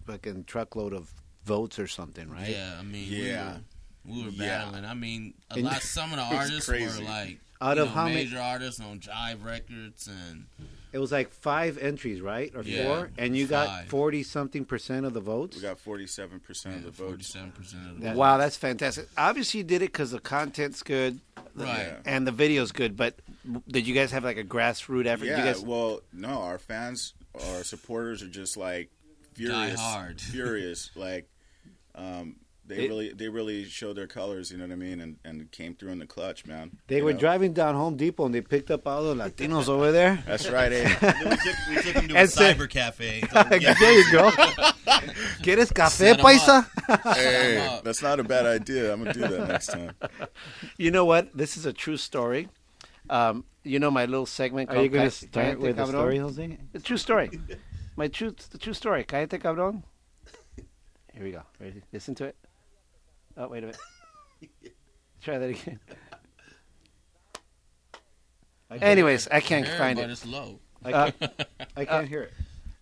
S2: fucking truckload of votes or something, right?
S8: Yeah, I mean,
S9: Yeah.
S8: we were, we were
S9: Yeah.
S8: battling. I mean, a
S2: And-
S8: lot. Some of the
S9: was
S8: artists
S9: crazy.
S8: were like
S2: Out
S8: you
S2: of
S8: know,
S2: how many-
S8: major artists on Jive Records and
S2: It was like five entries, right, or
S8: Yeah,
S2: four, and you got
S8: five.
S2: forty something percent of the votes.
S9: We got forty seven percent of the votes.
S8: forty-seven percent of the
S2: That-
S1: Wow, that's fantastic. Obviously, you did it because the content's good, the-
S8: Right.
S9: Yeah.
S1: and the video's good. But did you guys have like a grassroots effort?
S9: Yeah,
S1: you guys,
S9: well, no, our fans, our supporters are just like furious,
S8: hard.
S9: furious. Like, um, they
S1: It-
S9: really, they really showed their colors. You know what I mean? And and came through in the clutch, man.
S2: They
S9: You
S2: were
S9: know?
S2: driving down Home Depot and they picked up all the Latinos over there.
S9: That's right, eh?
S10: we, took, we took him to a
S1: And said-
S10: cyber cafe.
S1: there you go. ¿Quieres café,
S8: Set 'em up.
S1: paisa?
S9: hey, that's not a bad idea. I'm gonna do that next time.
S1: You know what? This is a true story. Um, you know my little segment.
S2: Are
S1: called
S2: you going
S1: Ca-
S2: to start
S1: Cállate,
S2: with the
S1: Cabrón?
S2: story, Jose?
S1: The true story. My true, the true story. Cállate, cabrón. Here we go. Ready? Listen to it. Oh, wait a minute. Try that again. Anyways, I can't
S8: Air,
S1: find
S8: but
S1: it. Uh,
S8: it's low.
S2: I can't, I can't hear it.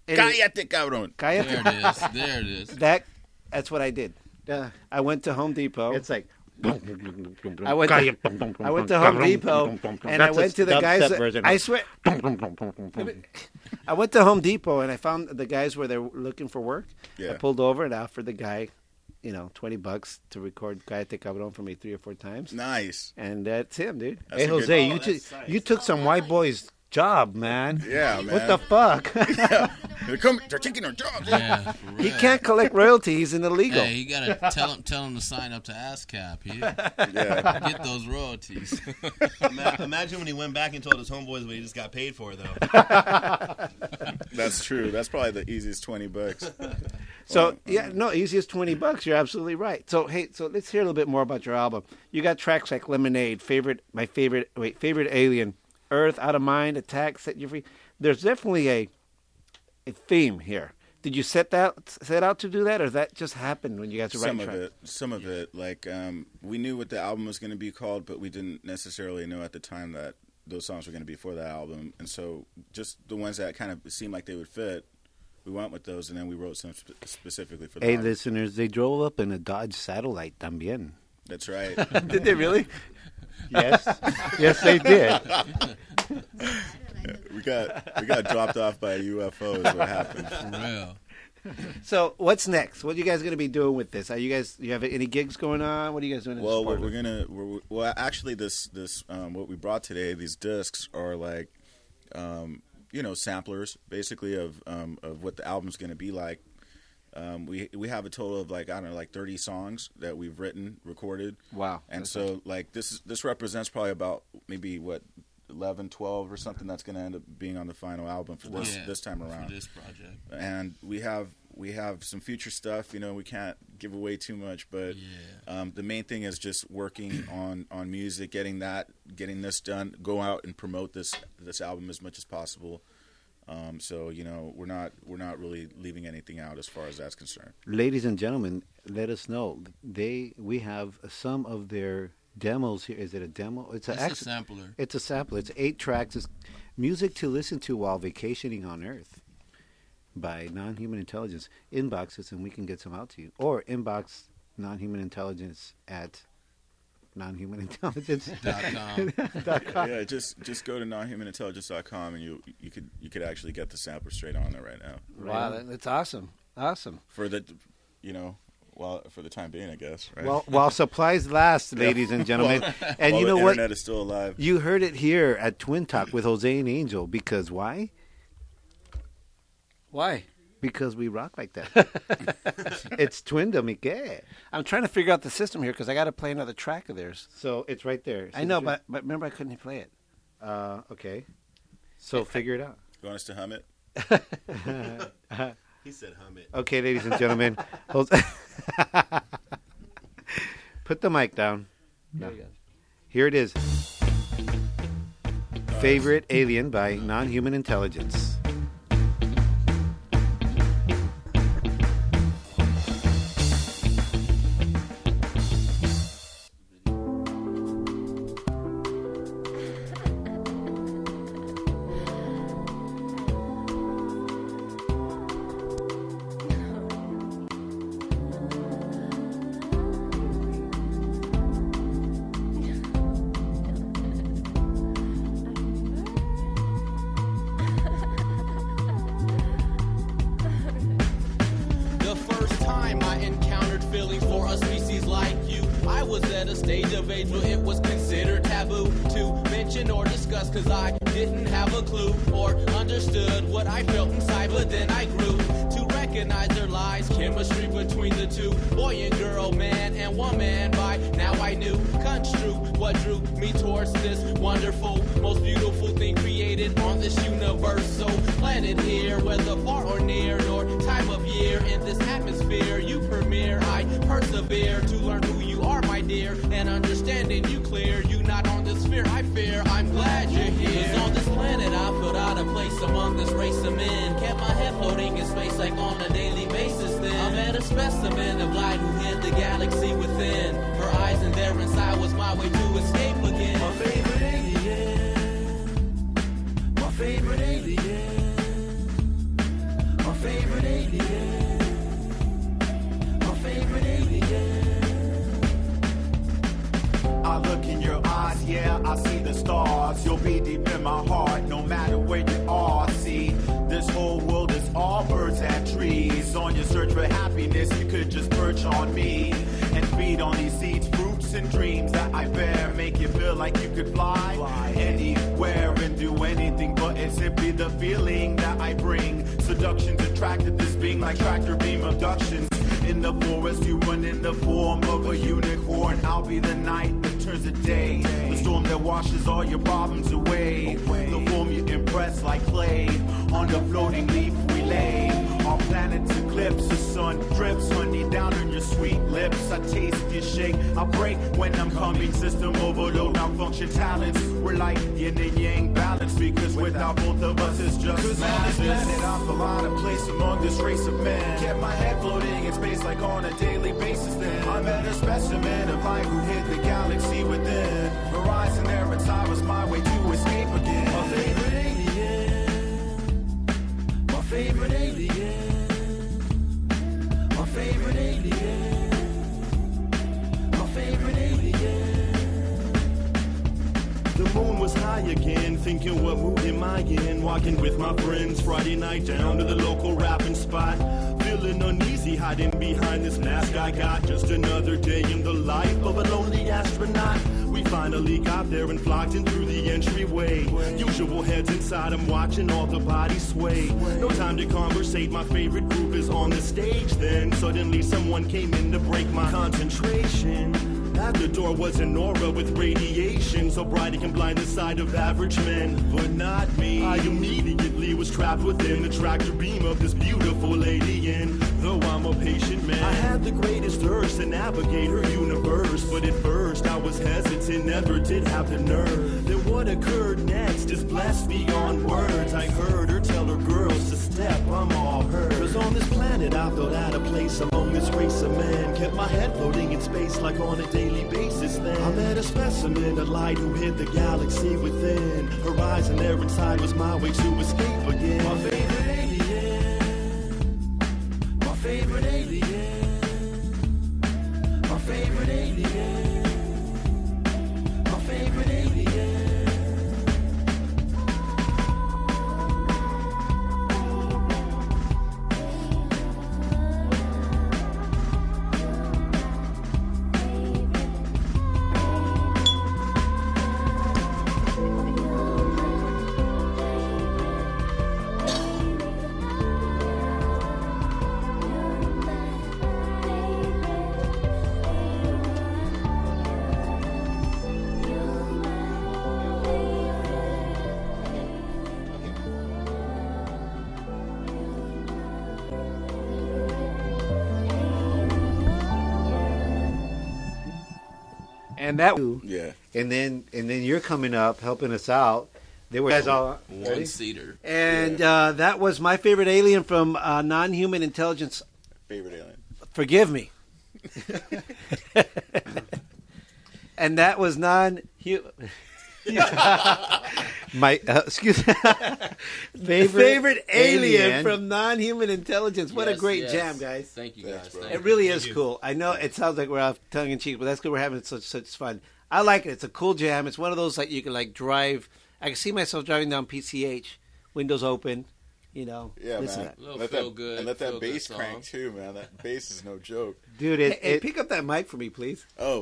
S1: It is-
S9: Cállate, cabrón.
S8: There
S1: Cállate.
S8: it is. There it is.
S1: That, that's what I did.
S2: Uh,
S1: I went to Home Depot.
S2: it's like.
S1: I went to, I went to Home Depot and I
S2: That's
S1: went
S2: a
S1: to the
S2: dubstep
S1: guys. that-
S2: version.
S1: I swear, I went to Home Depot and I found the guys where they're looking for work. I
S9: Yeah.
S1: pulled over and offered the guy, you know, twenty bucks to record "Cállate Cabrón" for me three or four times,
S9: Nice.
S1: and that's him, dude.
S9: That's
S2: Hey,
S9: a good-
S2: Jose, you, took you took some white boy's job, man.
S9: Yeah,
S2: What
S9: man.
S2: the fuck?
S9: They're coming. They're taking our jobs.
S8: Yeah, for
S1: He
S8: real.
S1: can't collect royalties; he's an illegal.
S8: Hey, you gotta tell him tell him to sign up to ASCAP. He
S9: Yeah.
S8: get those royalties.
S10: Ima- Imagine when he went back and told his homeboys what he just got paid for, though.
S9: That's true. That's probably the easiest twenty bucks.
S1: So yeah, no, easiest twenty bucks. You're absolutely right. So hey, so let's hear a little bit more about your album. You got tracks like Lemonade, favorite, my favorite, wait, favorite Alien, Earth, Out of Mind, Attack, Set You Free. There's definitely a a theme here. Did you set that set out to do that, or that just happened when you guys were
S9: some
S1: writing
S9: of
S1: tracks?
S9: it some of it like um, we knew what the album was going to be called but we didn't necessarily know at the time that those songs were going to be for that album and so just the ones that kind of seemed like they would fit we went with those and then we wrote some sp- specifically for the
S2: hey,
S9: album.
S2: listeners, they drove up in a Dodge Satellite también.
S9: that's right
S1: Did they really?
S2: Yes, yes, they did.
S9: we got we got dropped off by a ufo is what happened
S8: For real.
S10: so what's next? What are you guys going to be doing with this? Are you guys you have any gigs going on? What are you guys doing? in
S9: Well,
S10: this
S9: what
S10: part?
S9: we're gonna we're, well actually this this um, what we brought today these discs are like um, you know samplers basically of um, of what the album's gonna be like. Um, we we have a total of like I don't know like thirty songs that we've written recorded.
S10: Wow.
S9: And so like this is this represents probably about maybe what 11, 12 or something that's gonna end up being on the final album for this
S8: Yeah,
S9: this time
S8: for
S9: around
S8: this project.
S9: and we have we have some future stuff. You know, we can't give away too much, but um, the main thing is just working on on music, getting that, getting this done. Go out and promote this this album as much as possible. Um, so you know, we're not we're not really leaving anything out as far as that's concerned.
S1: ladies and gentlemen, let us know. They we have some of their demos here. Is it a demo? It's,
S8: It's
S1: a,
S8: a
S1: ex-
S8: sampler.
S1: It's a sample. It's eight tracks. It's music to listen to while vacationing on Earth by non-human intelligence. Inbox us and we can get some out to you, or inbox non-human intelligence at non-human intelligence.
S8: com.
S9: yeah, just just go to nonhumanintelligence.com and you you could you could actually get the sampler straight on there right now
S10: wow, that, that's awesome, awesome.
S9: for the you know well for the time being, I guess. Right?
S1: Well, while supplies last, ladies and gentlemen, and
S9: While
S1: you know
S9: the
S1: what?
S9: Internet is still alive.
S1: You heard it here at Twin Talk with Jose and Angel because why?
S10: Why?
S1: Because we rock like that. it's Twin Domique.
S10: I'm trying to figure out the system here because I got to play another track of theirs.
S1: So it's right there.
S10: I know, but but remember I couldn't play it.
S1: uh, okay. So figure it out.
S9: You want us to hum it?
S11: He said hum it.
S1: Okay, ladies and gentlemen, Jose- put the mic down. No. Here it is. Favorite Alien by Non-Human Intelligence.
S7: The first time I encountered feelings for a species like you, I was at a stage of age where it was considered taboo to mention or discuss, cause I didn't have a clue or understood what I felt inside, but then I grew to recognize there lies chemistry between the two boy and girl, man and woman. By now I knew, construe what drew me towards this wonderful, most beautiful thing created on this universal planet here, whether far or near, nor time of year. In this atmosphere, you premiere, I persevere to learn who you are, my dear, and understanding you clear. You not on this sphere, I fear. I'm glad you're here. 'Cause on this planet, I feel out of place among this race of men. Kept my head floating in space like on a daily basis. Then I met a specimen of light who hid the galaxy within. Her eyes and their inside was my way to escape again. My favorite alien. My favorite alien. My favorite alien. My favorite alien.
S12: I look in your eyes, yeah, I see the stars. You'll be deep in my heart, no matter where you are. See, this whole world is all birds and trees. On your search for happiness, you could just perch on me and feed on these seeds, fruits, and dreams that I bear. Make you feel like you could fly anywhere and do anything, but it's simply the feeling that I bring. Seduction's attracted this being like tractor beam abductions. In the forest, you run in the form of a unicorn. I'll be the night that turns the day. The storm that washes all your problems away. The form you impress like clay. On the floating leaf we lay. Our planet's eclipse, the sun drips, honey down on your sweet lips. I taste you shake, I break when I'm coming. System overload, malfunction talents. We're like yin and yang balance because without both of us, it's just Cause madness. On this planet, I feel out of place among this race of men. Kept my head floating in space like on a daily basis. Then I met a specimen of light who hid the galaxy within. Horizon there inside was my way to escape again.
S7: My favorite alien. My favorite alien. My favorite alien. My favorite alien.
S12: The moon was high again, thinking what mood am I in? Walking with my friends Friday night down to the local rapping spot. Feeling
S13: he hiding behind this mask I got? Just another day in the life of a lonely astronaut. We finally got there and flocked in through the entryway. Usual heads inside, I'm watching all the bodies sway. No time to conversate, my favorite group is on the stage. Then suddenly someone came in to break my concentration. At the door was an aura with radiation, so bright it can blind the sight of average men, but not me. I immediately was trapped within the tractor beam of this beautiful lady, and though I'm a patient man, I had the greatest urge to navigate her universe. But at first, I was hesitant, never did have the nerve. Then what occurred next is blessed beyond words. I heard her tell her girls to step, I'm all hers. Cause on this planet, I felt out of place among this race of men. Kept my head floating in space like on a daily basis then. I met a specimen, a light who hid the galaxy within. Horizon there inside was my way to escape again. My favorite alien, my favorite alien, my favorite alien, my favorite alien.
S1: and that
S9: yeah.
S2: And then and then you're coming up helping us out. They were guys all
S8: One seater.
S1: And uh, that was my favorite alien from uh, Non Human Intelligence.
S9: Favorite alien.
S1: Forgive me. and that was non human.
S2: My uh, excuse
S1: favorite, alien, from Non Human Intelligence. What a
S8: Yes,
S1: great
S8: yes.
S1: jam, guys.
S8: Thank you, guys. Thank
S1: It
S8: you.
S1: really
S8: Thank
S1: is
S8: you.
S1: cool. I know it sounds like we're off tongue in cheek, but that's good. We're having such such fun. I like it. It's a cool jam. It's one of those that you can like drive. I can see myself driving down PCH, windows open. You know,
S9: Yeah,
S1: listen
S9: man.
S1: to that.
S9: Let that, and let that bass crank too, man. That bass is no joke.
S1: dude. It, hey, pick up that mic for me, please.
S9: Oh.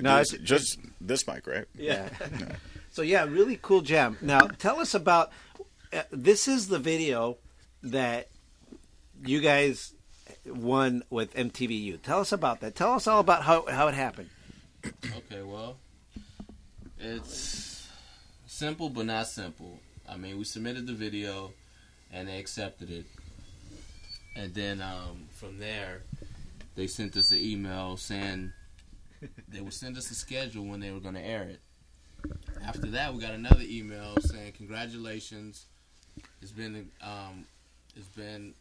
S1: no,
S9: Just- Oh, just this mic, right?
S1: Yeah. so yeah, really cool jam. Now tell us about uh, this is the video that you guys won with MTVU. Tell us about that. Tell us all about how how it happened.
S8: Okay, well, it's simple but not simple. I mean, we submitted the video, and they accepted it, and then um, from there, they sent us an email saying they would send us a schedule when they were going to air it. After that, we got another email saying congratulations. It's been um, it's been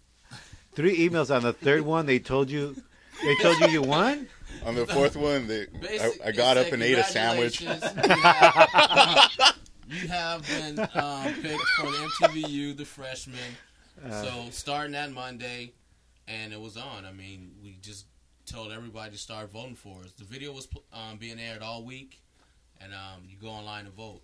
S2: Three emails on the third one. They told you. They told you you won.
S9: On the fourth one, they,
S8: Basic-
S9: I, I got
S8: it's
S9: up
S8: like,
S9: and ate a sandwich.
S8: "Congratulations, you have- you have been um, picked for the MTVU, the freshman. so starting that Monday, and it was on. I mean, we just told everybody to start voting for us. The video was pl- um, being aired all week, and um, you go online and vote.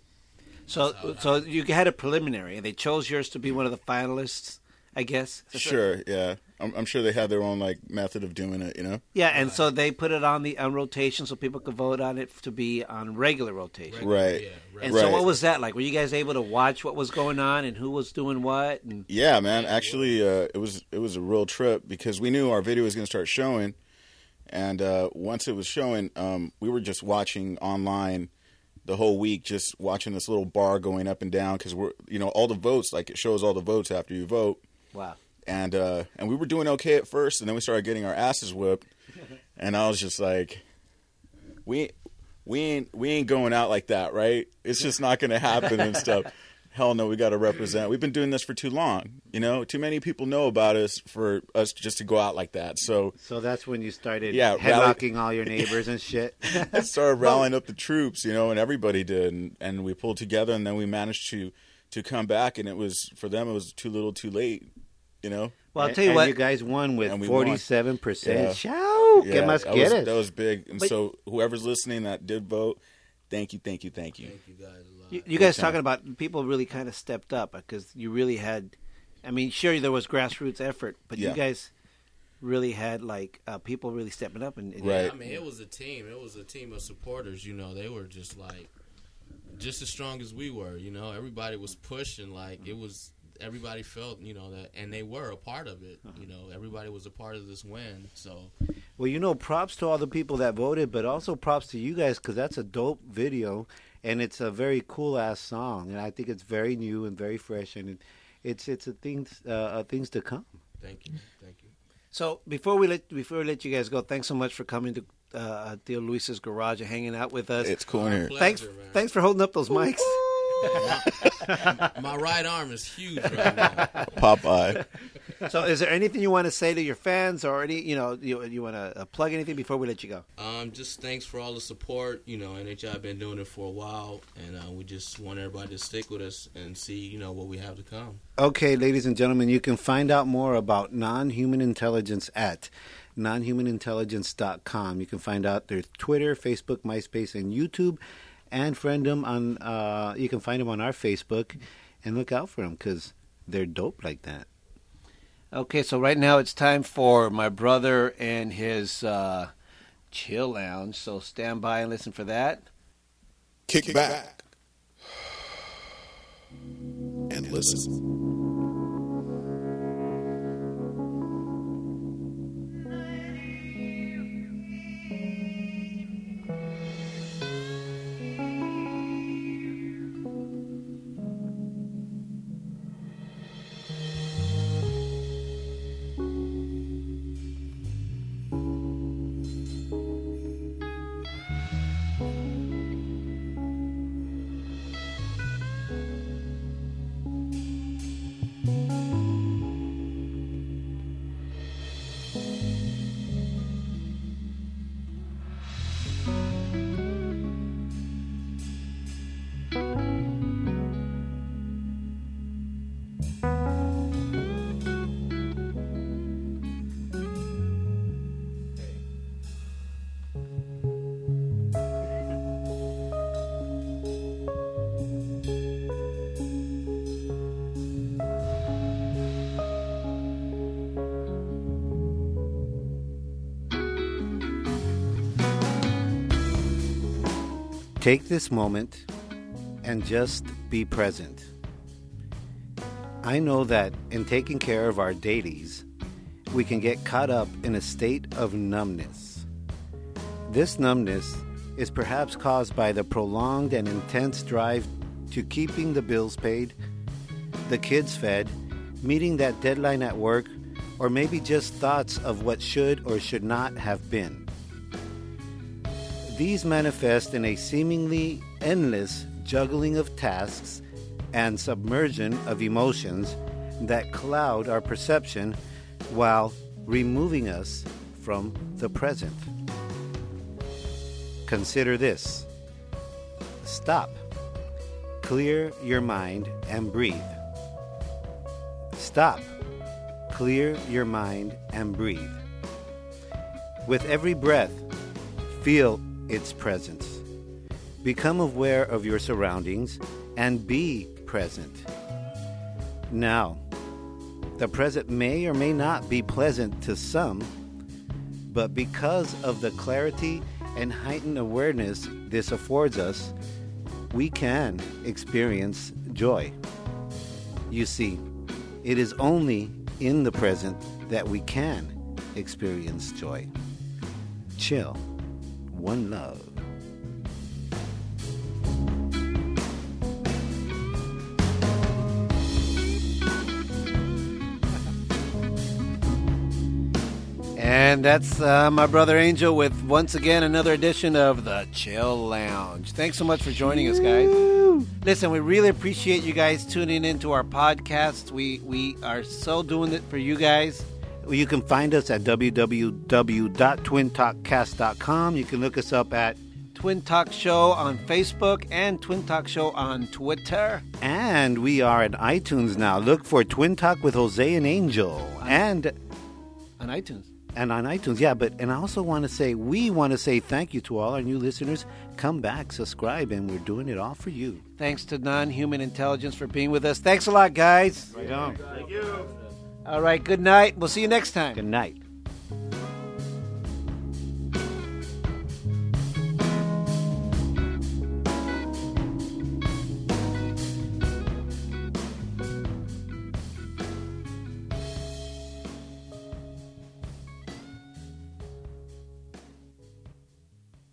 S1: So so you had a preliminary, and they chose yours to be one of the finalists, I guess.
S9: Sure, yeah. I'm, I'm sure they had their own like method of doing it, you know.
S1: Yeah, and so they put it on the on rotation so people could vote on it to be on regular rotation.
S9: Right. Yeah,
S1: And
S9: right.
S1: so what was that like? Were you guys able to watch what was going on and who was doing what? And
S9: Yeah, man. Actually, uh, it was it was a real trip because we knew our video was going to start showing, and uh, once it was showing, um, we were just watching online the whole week, just watching this little bar going up and down because we're you know all the votes like it shows all the votes after you vote.
S1: Wow.
S9: And uh, and we were doing okay at first, and then we started getting our asses whipped, and I was just like, we we ain't we ain't going out like that, right? It's just not going to happen and stuff. Hell no, we got to represent. We've been doing this for too long, you know. Too many people know about us for us just to go out like that. So
S2: So that's when you started
S9: Yeah,
S2: headlocking all your neighbors and shit.
S9: I started rallying up the troops, you know, and everybody did, and, and we pulled together, and then we managed to to come back, and it was for them, it was too little, too late, you know.
S1: Well, I'll tell you what-
S2: you guys won with
S9: And we won.
S2: forty-seven percent.
S9: Yeah.
S2: Shout!
S9: Yeah,
S2: que más
S9: that was,
S2: quieres?
S9: that was big, and
S1: But-
S9: so whoever's listening that did vote, thank you, thank you, thank you.
S8: Thank you guys a lot.
S1: you, you guys
S9: Okay.
S1: talking about people uh, really kind of stepped up because you really had I mean, sure, there was grassroots effort, but
S9: Yeah.
S1: you guys really had like uh, people really stepping up and, and
S9: Right.
S8: I mean, it was a team. It was a team of supporters. You know, they were just like just as strong as we were. You know, everybody was pushing. Like it was, everybody felt. You know that, and they were a part of it. You know, everybody was a part of this win. So
S1: Well, you know, props to all the people that voted, but also props to you guys because that's a dope video, and it's a very cool ass song, and I think it's very new and very fresh, and it, it's it's a things uh, uh, things to come.
S8: thank you, thank you.
S1: So before we let before we let you guys go, thanks so much for coming to uh, Theo Luis's garage and hanging out with us.
S9: It's cool in here.
S1: Thanks,
S8: Pleasure, man.
S1: thanks for holding up those mics.
S8: My, my right arm is huge right now.
S9: Popeye.
S1: so, is there anything you want to say to your fans, or any you know you you want to uh, plug anything before we let you go?
S8: Um, just thanks for all the support. You know, NHI been doing it for a while, and uh, we just want everybody to stick with us and see, you know, what we have to come.
S1: Okay, ladies and gentlemen, you can find out more about non human intelligence at nonhumanintelligence.com. You can find out their Twitter, Facebook, MySpace, and YouTube. And friend them on, uh, you can find them on our Facebook and look out for them because they're dope like that. Okay, so right now it's time for my brother and his uh, chill lounge. So stand by and listen for that.
S5: Kick, back, and listen.
S1: Take this moment and just be present. I know that in taking care of our dailies, we can get caught up in a state of numbness. This numbness is perhaps caused by the prolonged and intense drive to keeping the bills paid, the kids fed, meeting that deadline at work, or maybe just thoughts of what should or should not have been. These manifest in a seemingly endless juggling of tasks and submersion of emotions that cloud our perception while removing us from the present. Consider this stop, clear your mind, and breathe. Stop, clear your mind, and breathe. With every breath, Feel its presence. Become aware of your surroundings and be present. Now, the present may or may not be pleasant to some, but because of the clarity and heightened awareness this affords us, we can experience joy. You see, it is only in the present that we can experience joy. Chill. One Love. And that's uh, my brother Angel with once again another edition of the Chill Lounge. Thanks so much for joining us, guys. Listen, we really appreciate you guys tuning into our podcast. We we are so doing it for you guys.
S2: You can find us at www.twintalkcast.com. You can look us up at
S1: Twin Talk Show on Facebook and Twin Talk Show on Twitter.
S2: and we are at iTunes now. Look for Twin Talk with Jose and Angel. And
S1: On iTunes. and on iTunes. Yeah, but and I also want to say we want to say thank you to all our new listeners. Come back, subscribe, and we're doing it all for you.
S13: Thanks to non human intelligence for being with us. Thanks a lot, guys.
S1: Right on.
S13: Thank you. All right, good night. We'll see you next time. Good
S1: night.